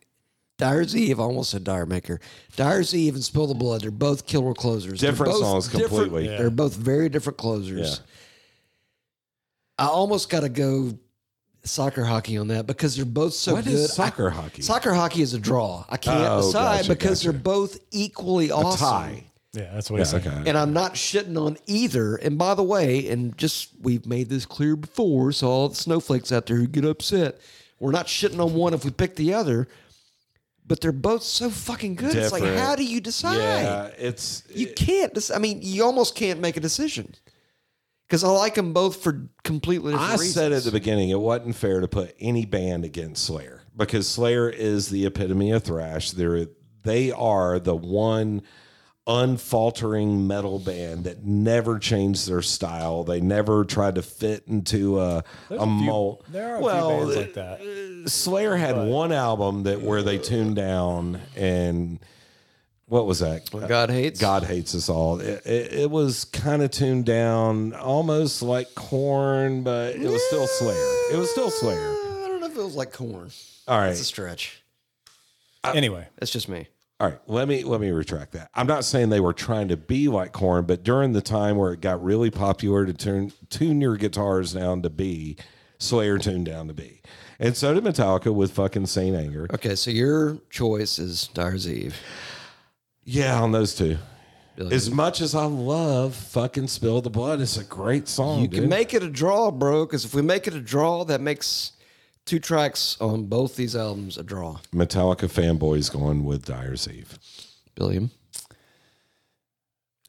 Dyer's Eve, I almost said Dyer Maker. Dyer's Eve and Spill the Blood, they're both killer closers. They're
Different
both
songs
different-
completely.
They're both very different closers.
Yeah.
I almost got to go soccer hockey on that because they're both so
What
good.
is soccer hockey?
I, soccer hockey is a draw. I can't
Oh,
decide
gotcha,
because
gotcha.
they're both equally awesome.
Tie.
Yeah, that's what
Yeah,
he's saying.
okay.
And I'm not shitting on either. And by the way, and just we've made this clear before, so all the snowflakes out there who get upset, we're not shitting on one if we pick the other. But they're both so fucking good. It's like,
Different.
how do you decide?
yeah, it's
You can't. dec- I mean, you almost can't make a decision because I like them both for completely different
I
reasons.
said at the beginning it wasn't fair to put any band against Slayer because Slayer is the epitome of thrash. They're they are the one unfaltering metal band that never changed their style. They never tried to fit into a, a,
few-
mold.
there are a few
well,
bands like that.
uh, Slayer had one album that where they tuned down and what was that?
God hates.
God hates us all. It, it, it was kind of tuned down, almost like Corn, but it was still Slayer. It was still Slayer.
Eh, I don't know if it was like corn.
All right,
It's a stretch.
Anyway,
That's just me.
all right. Let me let me retract that. I'm not saying they were trying to be like Corn, but during the time where it got really popular to tune tune your guitars down to B, Slayer tuned down to B, and so did Metallica with fucking Saint Anger.
Okay, so your choice is Dyer's Eve.
Yeah, on those two.
Billy.
As much as I love fucking Spill the Blood, it's a great song.
You can
dude.
make it a draw, bro, because if we make it a draw, that makes two tracks on both these albums a draw.
Metallica fanboys going with Dyer's Eve.
Billiam.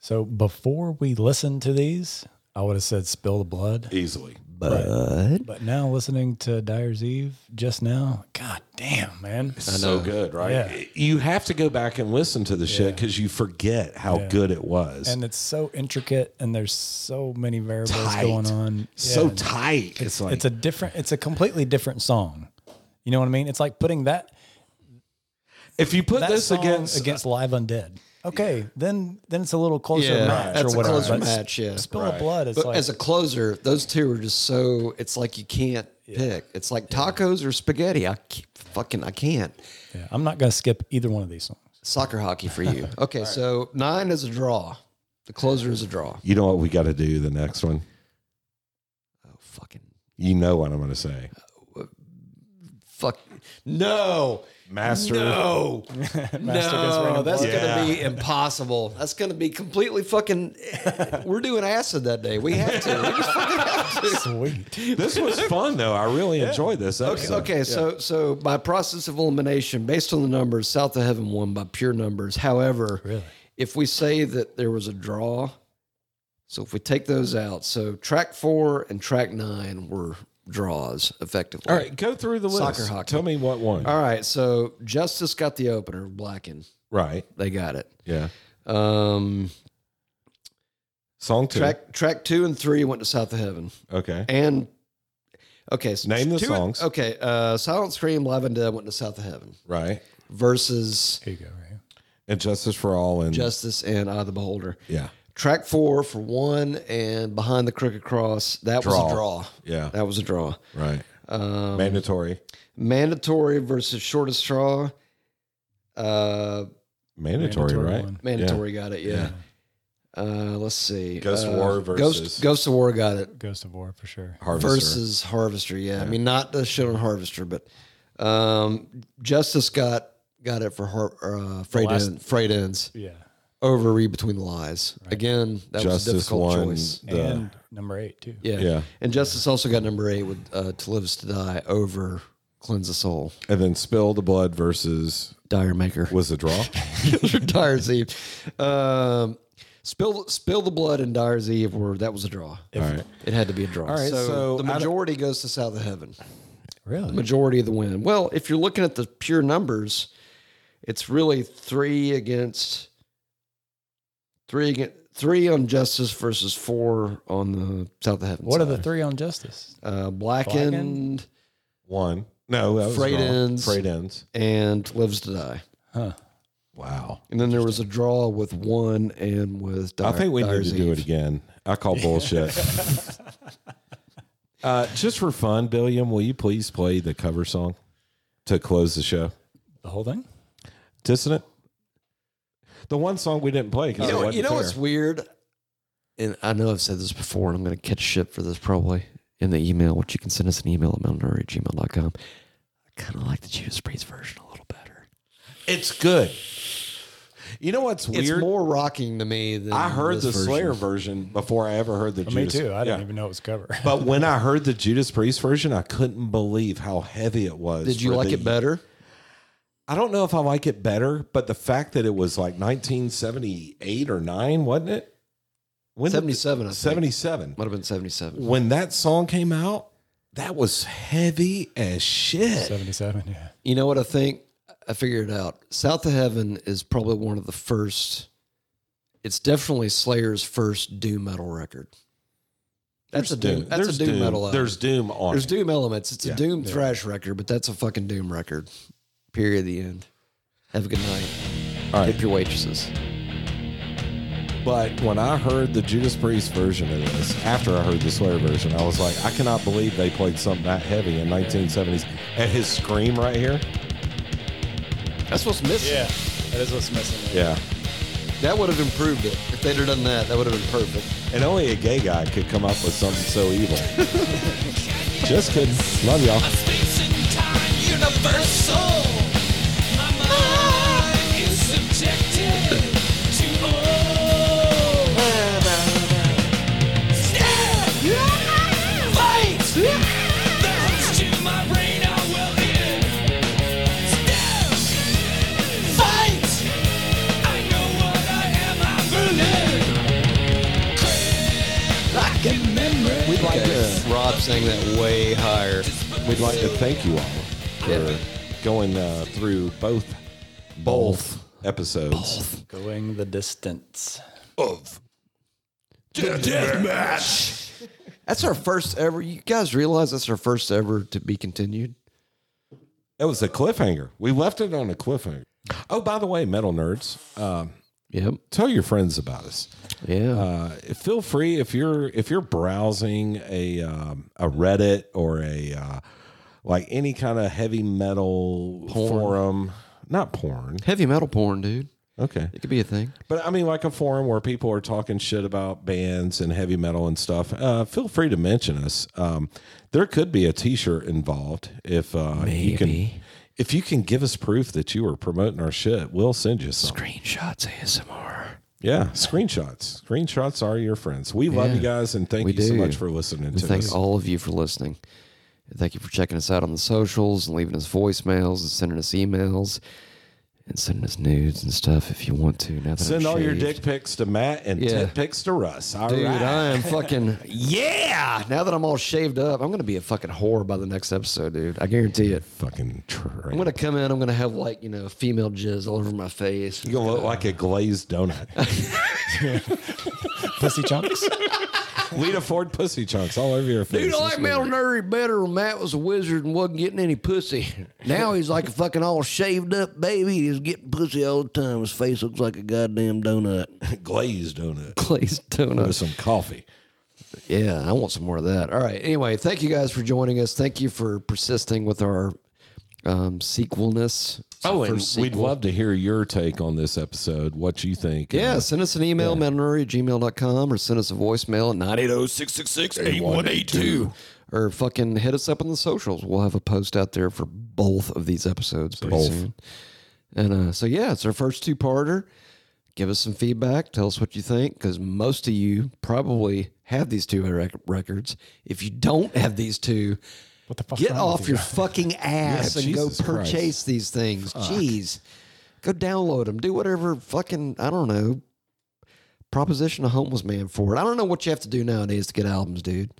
so before we listened to these, I would have said "Spill the Blood,"
Easily.
but but now listening to Dyer's Eve just now, god damn, man,
Oh,
so good, right?
Yeah.
You have to go back and listen to the shit because you forget how good it was.
and it's so intricate, and there's so many variables
Tight.
going on.
so
Yeah.
tight. It's, like
it's a different it's a completely different song you know what i mean it's like putting that
if you put
that
this
song
against,
uh,
against, live undead okay then then it's a little closer
Yeah,
match
that's
or
a
whatever
closer
but s-
match, yeah.
spill of blood is
But
like
as a closer, those two are just so. It's like you can't pick. It's like tacos or spaghetti. I ca- fucking I can't.
yeah, i'm not gonna skip either one of these songs
Soccer hockey for you. Okay, so nine is a draw. The closer is a draw.
you know what we got to do the next one.
Oh fucking
You know what I'm going to say.
fuck no.
Master.
No, no, that's
Yeah.
gonna be impossible. That's gonna be completely fucking. We're doing acid that day. We have to. We just fucking have to.
sweet
This was fun though. I really enjoyed this
Okay,
episode.
okay so so by process of elimination, based on the numbers, South of Heaven won by pure numbers. However,
Really?
if we say that there was a draw, so if we take those out, so track four and track nine were draws effectively.
All right, go through the list.
Soccer hockey. Uh,
Tell me what one.
All right, so Justice got the opener, Blacken.
Right.
They got it.
Yeah.
Um,
Song two.
track track two and three went to South of Heaven.
Okay.
And okay, so
Name the
two-
songs.
Okay, uh, Silent Scream, Live and Dead went to South of Heaven
Right.
versus
here you go right
And Justice for All and
Justice and Eye of the Beholder.
yeah.
Track four for one and behind the crooked cross. That
Draw.
was a draw.
Yeah.
That was a draw. Um,
Right. Mandatory.
Mandatory versus shortest straw. Uh,
Mandatory,
Mandatory
right?
one.
mandatory got it. Yeah. Uh, let's see.
Ghost
uh,
of War versus-
Ghost, Ghost of War got it
ghost of war for sure
Harvester.
versus Harvester. Yeah. I mean not the shit on Harvester, but um, Justice got got it for Har- uh, Freight,
last-
End- Freight Ends
yeah
over Read Between the Lies. Again, that was a
Justice
difficult
one.
choice.
The,
and number eight too
Yeah.
Yeah.
And Justice also got number eight with uh, To Live Is To Die over Cleanse the Soul.
and then Spill the Blood versus
Dire Maker.
was a draw.
Dire's Eve. Um, Spill, Spill the Blood and Dire's Eve were, that was a draw.
All right.
It had to be a draw.
right,
so,
so
the
out of-
majority goes to South of Heaven.
really
Majority of the win. Well, if you're looking at the pure numbers, it's really three against three against three on Justice versus four on the South of Heaven.
what are
side.
the three on justice
Uh, blackened,
Blackened?
One. No, that was
Freight
draw.
ends.
Freight ends.
and Lives to Die.
huh
Wow.
And then there was a draw with one and with Dire,
I think we need
Dire's
to do
Eve.
it again. I call bullshit. uh, just for fun, Billiam, will you please play the cover song to close the show?
the whole thing
Dissonant. The one song we didn't play because
You
it
know,
wasn't
you know
fair.
what's weird? And I know I've said this before, and I'm going to catch shit for this probably in the email, which you can send us an email at mountainary gmail.com. I kind of like the Judas Priest version a little better.
It's good. You know what's weird?
It's more rocking to me than
I heard
this
the
version. Oh,
Slayer version before I ever heard the
me
Judas.
too i didn't
yeah.
even know it was cover
But when I heard the Judas Priest version, I couldn't believe how heavy it was.
Did you
for
like
the-
it better?
I don't know if I like it better, but the fact that it was like 1978 or 9, wasn't it? When did-
77, I think.
77.
Might have been 77.
When that song came out, that was heavy as shit.
77 yeah
You know what I think? I figured it out. South of Heaven is probably one of the first it's definitely Slayer's first doom metal record. That's a doom. That's
There's
a doom, metal. Album.
There's doom on.
There's
it.
doom elements. It's a doom thrash record, but that's a fucking doom record. Period. The end. Have a good night.
All
Tip
right.
your waitresses.
But when I heard the Judas Priest version of this, after I heard the Slayer version, I was like, I cannot believe they played something that heavy in 1970s. And his scream right here.
That's what's missing.
Yeah, that is what's missing.
Yeah.
That would have improved it. If they'd have done that, that would have been perfect.
And only a gay guy could come up with something so evil. Just kidding. Love y'all.
Space and time universal. My mind is subjected to all. Stand, fight. The hooks to my brain are well in. Stand, fight. I know what I am. I'm Berlin. Like a memory.
We'd like to. Rob sang that way higher.
We'd like to thank you all for going uh, through both both episodes.
Going the distance.
That's our first ever. You guys realize that's our first ever to be continued?
That was a cliffhanger. We left it on a cliffhanger. Oh, by the way, metal nerds, um,
Yep.
tell your friends about us.
Yeah.
Uh, feel free if you're if you're browsing a um, a Reddit or a uh, like any kind of heavy metal forum, not porn.
Heavy metal porn, dude.
Okay,
It could be a thing.
but I mean like a forum where people are talking shit about bands and heavy metal and stuff. Uh, feel free to mention us. Um, there could be a T-shirt involved if uh, you can.
Maybe.
If you can give us proof that you are promoting our shit, we'll send you some.
Screenshots ASMR.
Yeah, screenshots. Screenshots are your friends. We love you guys and thank
we
you so
do.
much for listening
We
to
thank
us.
all of you for listening. Thank you for checking us out on the socials and leaving us voicemails and sending us emails and sending us nudes and stuff if you want to. Now that
Send
I'm
all your
shaved.
dick pics to Matt and
Yeah.
tit pics to Russ. All right.
Dude, I am fucking yeah. Now that I'm all shaved up, I'm gonna be a fucking whore by the next episode, dude. I guarantee it.
fucking train.
I'm gonna come in. I'm gonna have like you know female jizz all over my face.
You're gonna look like a glazed donut.
Pussy chunks.
Lita Ford pussy chunks all over your face.
Dude, I
It's
like
weird.
Mel Nurry better when Matt was a wizard and wasn't getting any pussy. Now he's like a fucking all shaved up baby. He's getting pussy all the time. His face looks like a goddamn donut.
glazed donut
Glazed donut.
with some coffee.
Yeah, I want some more of that. All right. Anyway, thank you guys for joining us. Thank you for persisting with our um, sequelness.
Oh, and
First
we'd
sequel.
love to hear your take on this episode. What you think?
Yeah, send us an email, yeah. gmail.com, or send us a voicemail at 980-666-8182. Or fucking hit us up on the socials. We'll have a post out there for both of these episodes pretty
Both.
soon. And uh, so, yeah, it's our first two-parter. Give us some feedback. Tell us what you think, because most of you probably have these two rec- records. If you don't have these two,
What the fuck?
get off your fucking ass
Yeah,
and
Jesus
go
Christ.
purchase these things. Jeez. Go download them. Do whatever fucking, I don't know, proposition a homeless man for it. I don't know what you have to do nowadays to get albums, dude.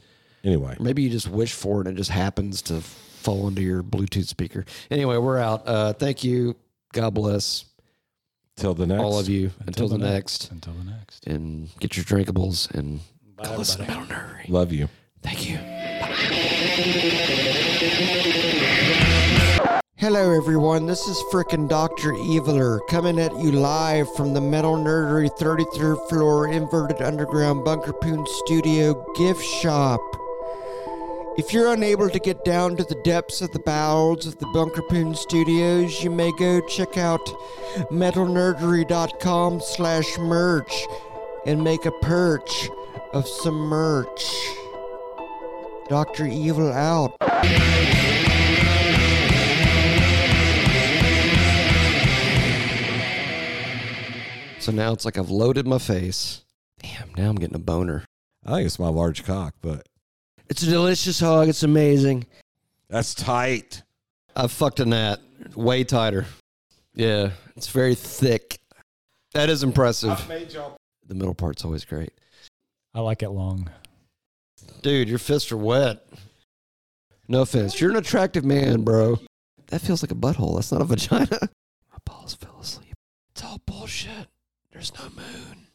Anyway,
Or maybe you just wish for it and it just happens to fall into your Bluetooth speaker. Anyway, we're out. Uh, thank you. God bless
till the next.
all of you. Until, the, next.
Until the next.
And get your drinkables and go listen to Metal Nerdery.
Love you.
Thank you.
Hello, everyone. This is frickin' Dr. Eviler coming at you live from the Metal Nerdery 33rd floor inverted underground Bunker Poon Studio gift shop. If you're unable to get down to the depths of the bowels of the Bunker Poon Studios, you may go check out metalnerdery.com slash merch and make a perch of some merch. Dr. Evil out.
So now it's like I've loaded my face. Damn, now I'm getting a boner.
I think it's my large cock, but
It's a delicious hog. It's amazing.
that's tight.
I've fucked a gnat way tighter. Yeah, it's very thick. That is impressive. The middle part's always great.
I like it long.
Dude, your fists are wet. No offense. You're an attractive man, bro. That feels like a butthole. That's not a vagina. My balls fell asleep. It's all bullshit. There's no moon.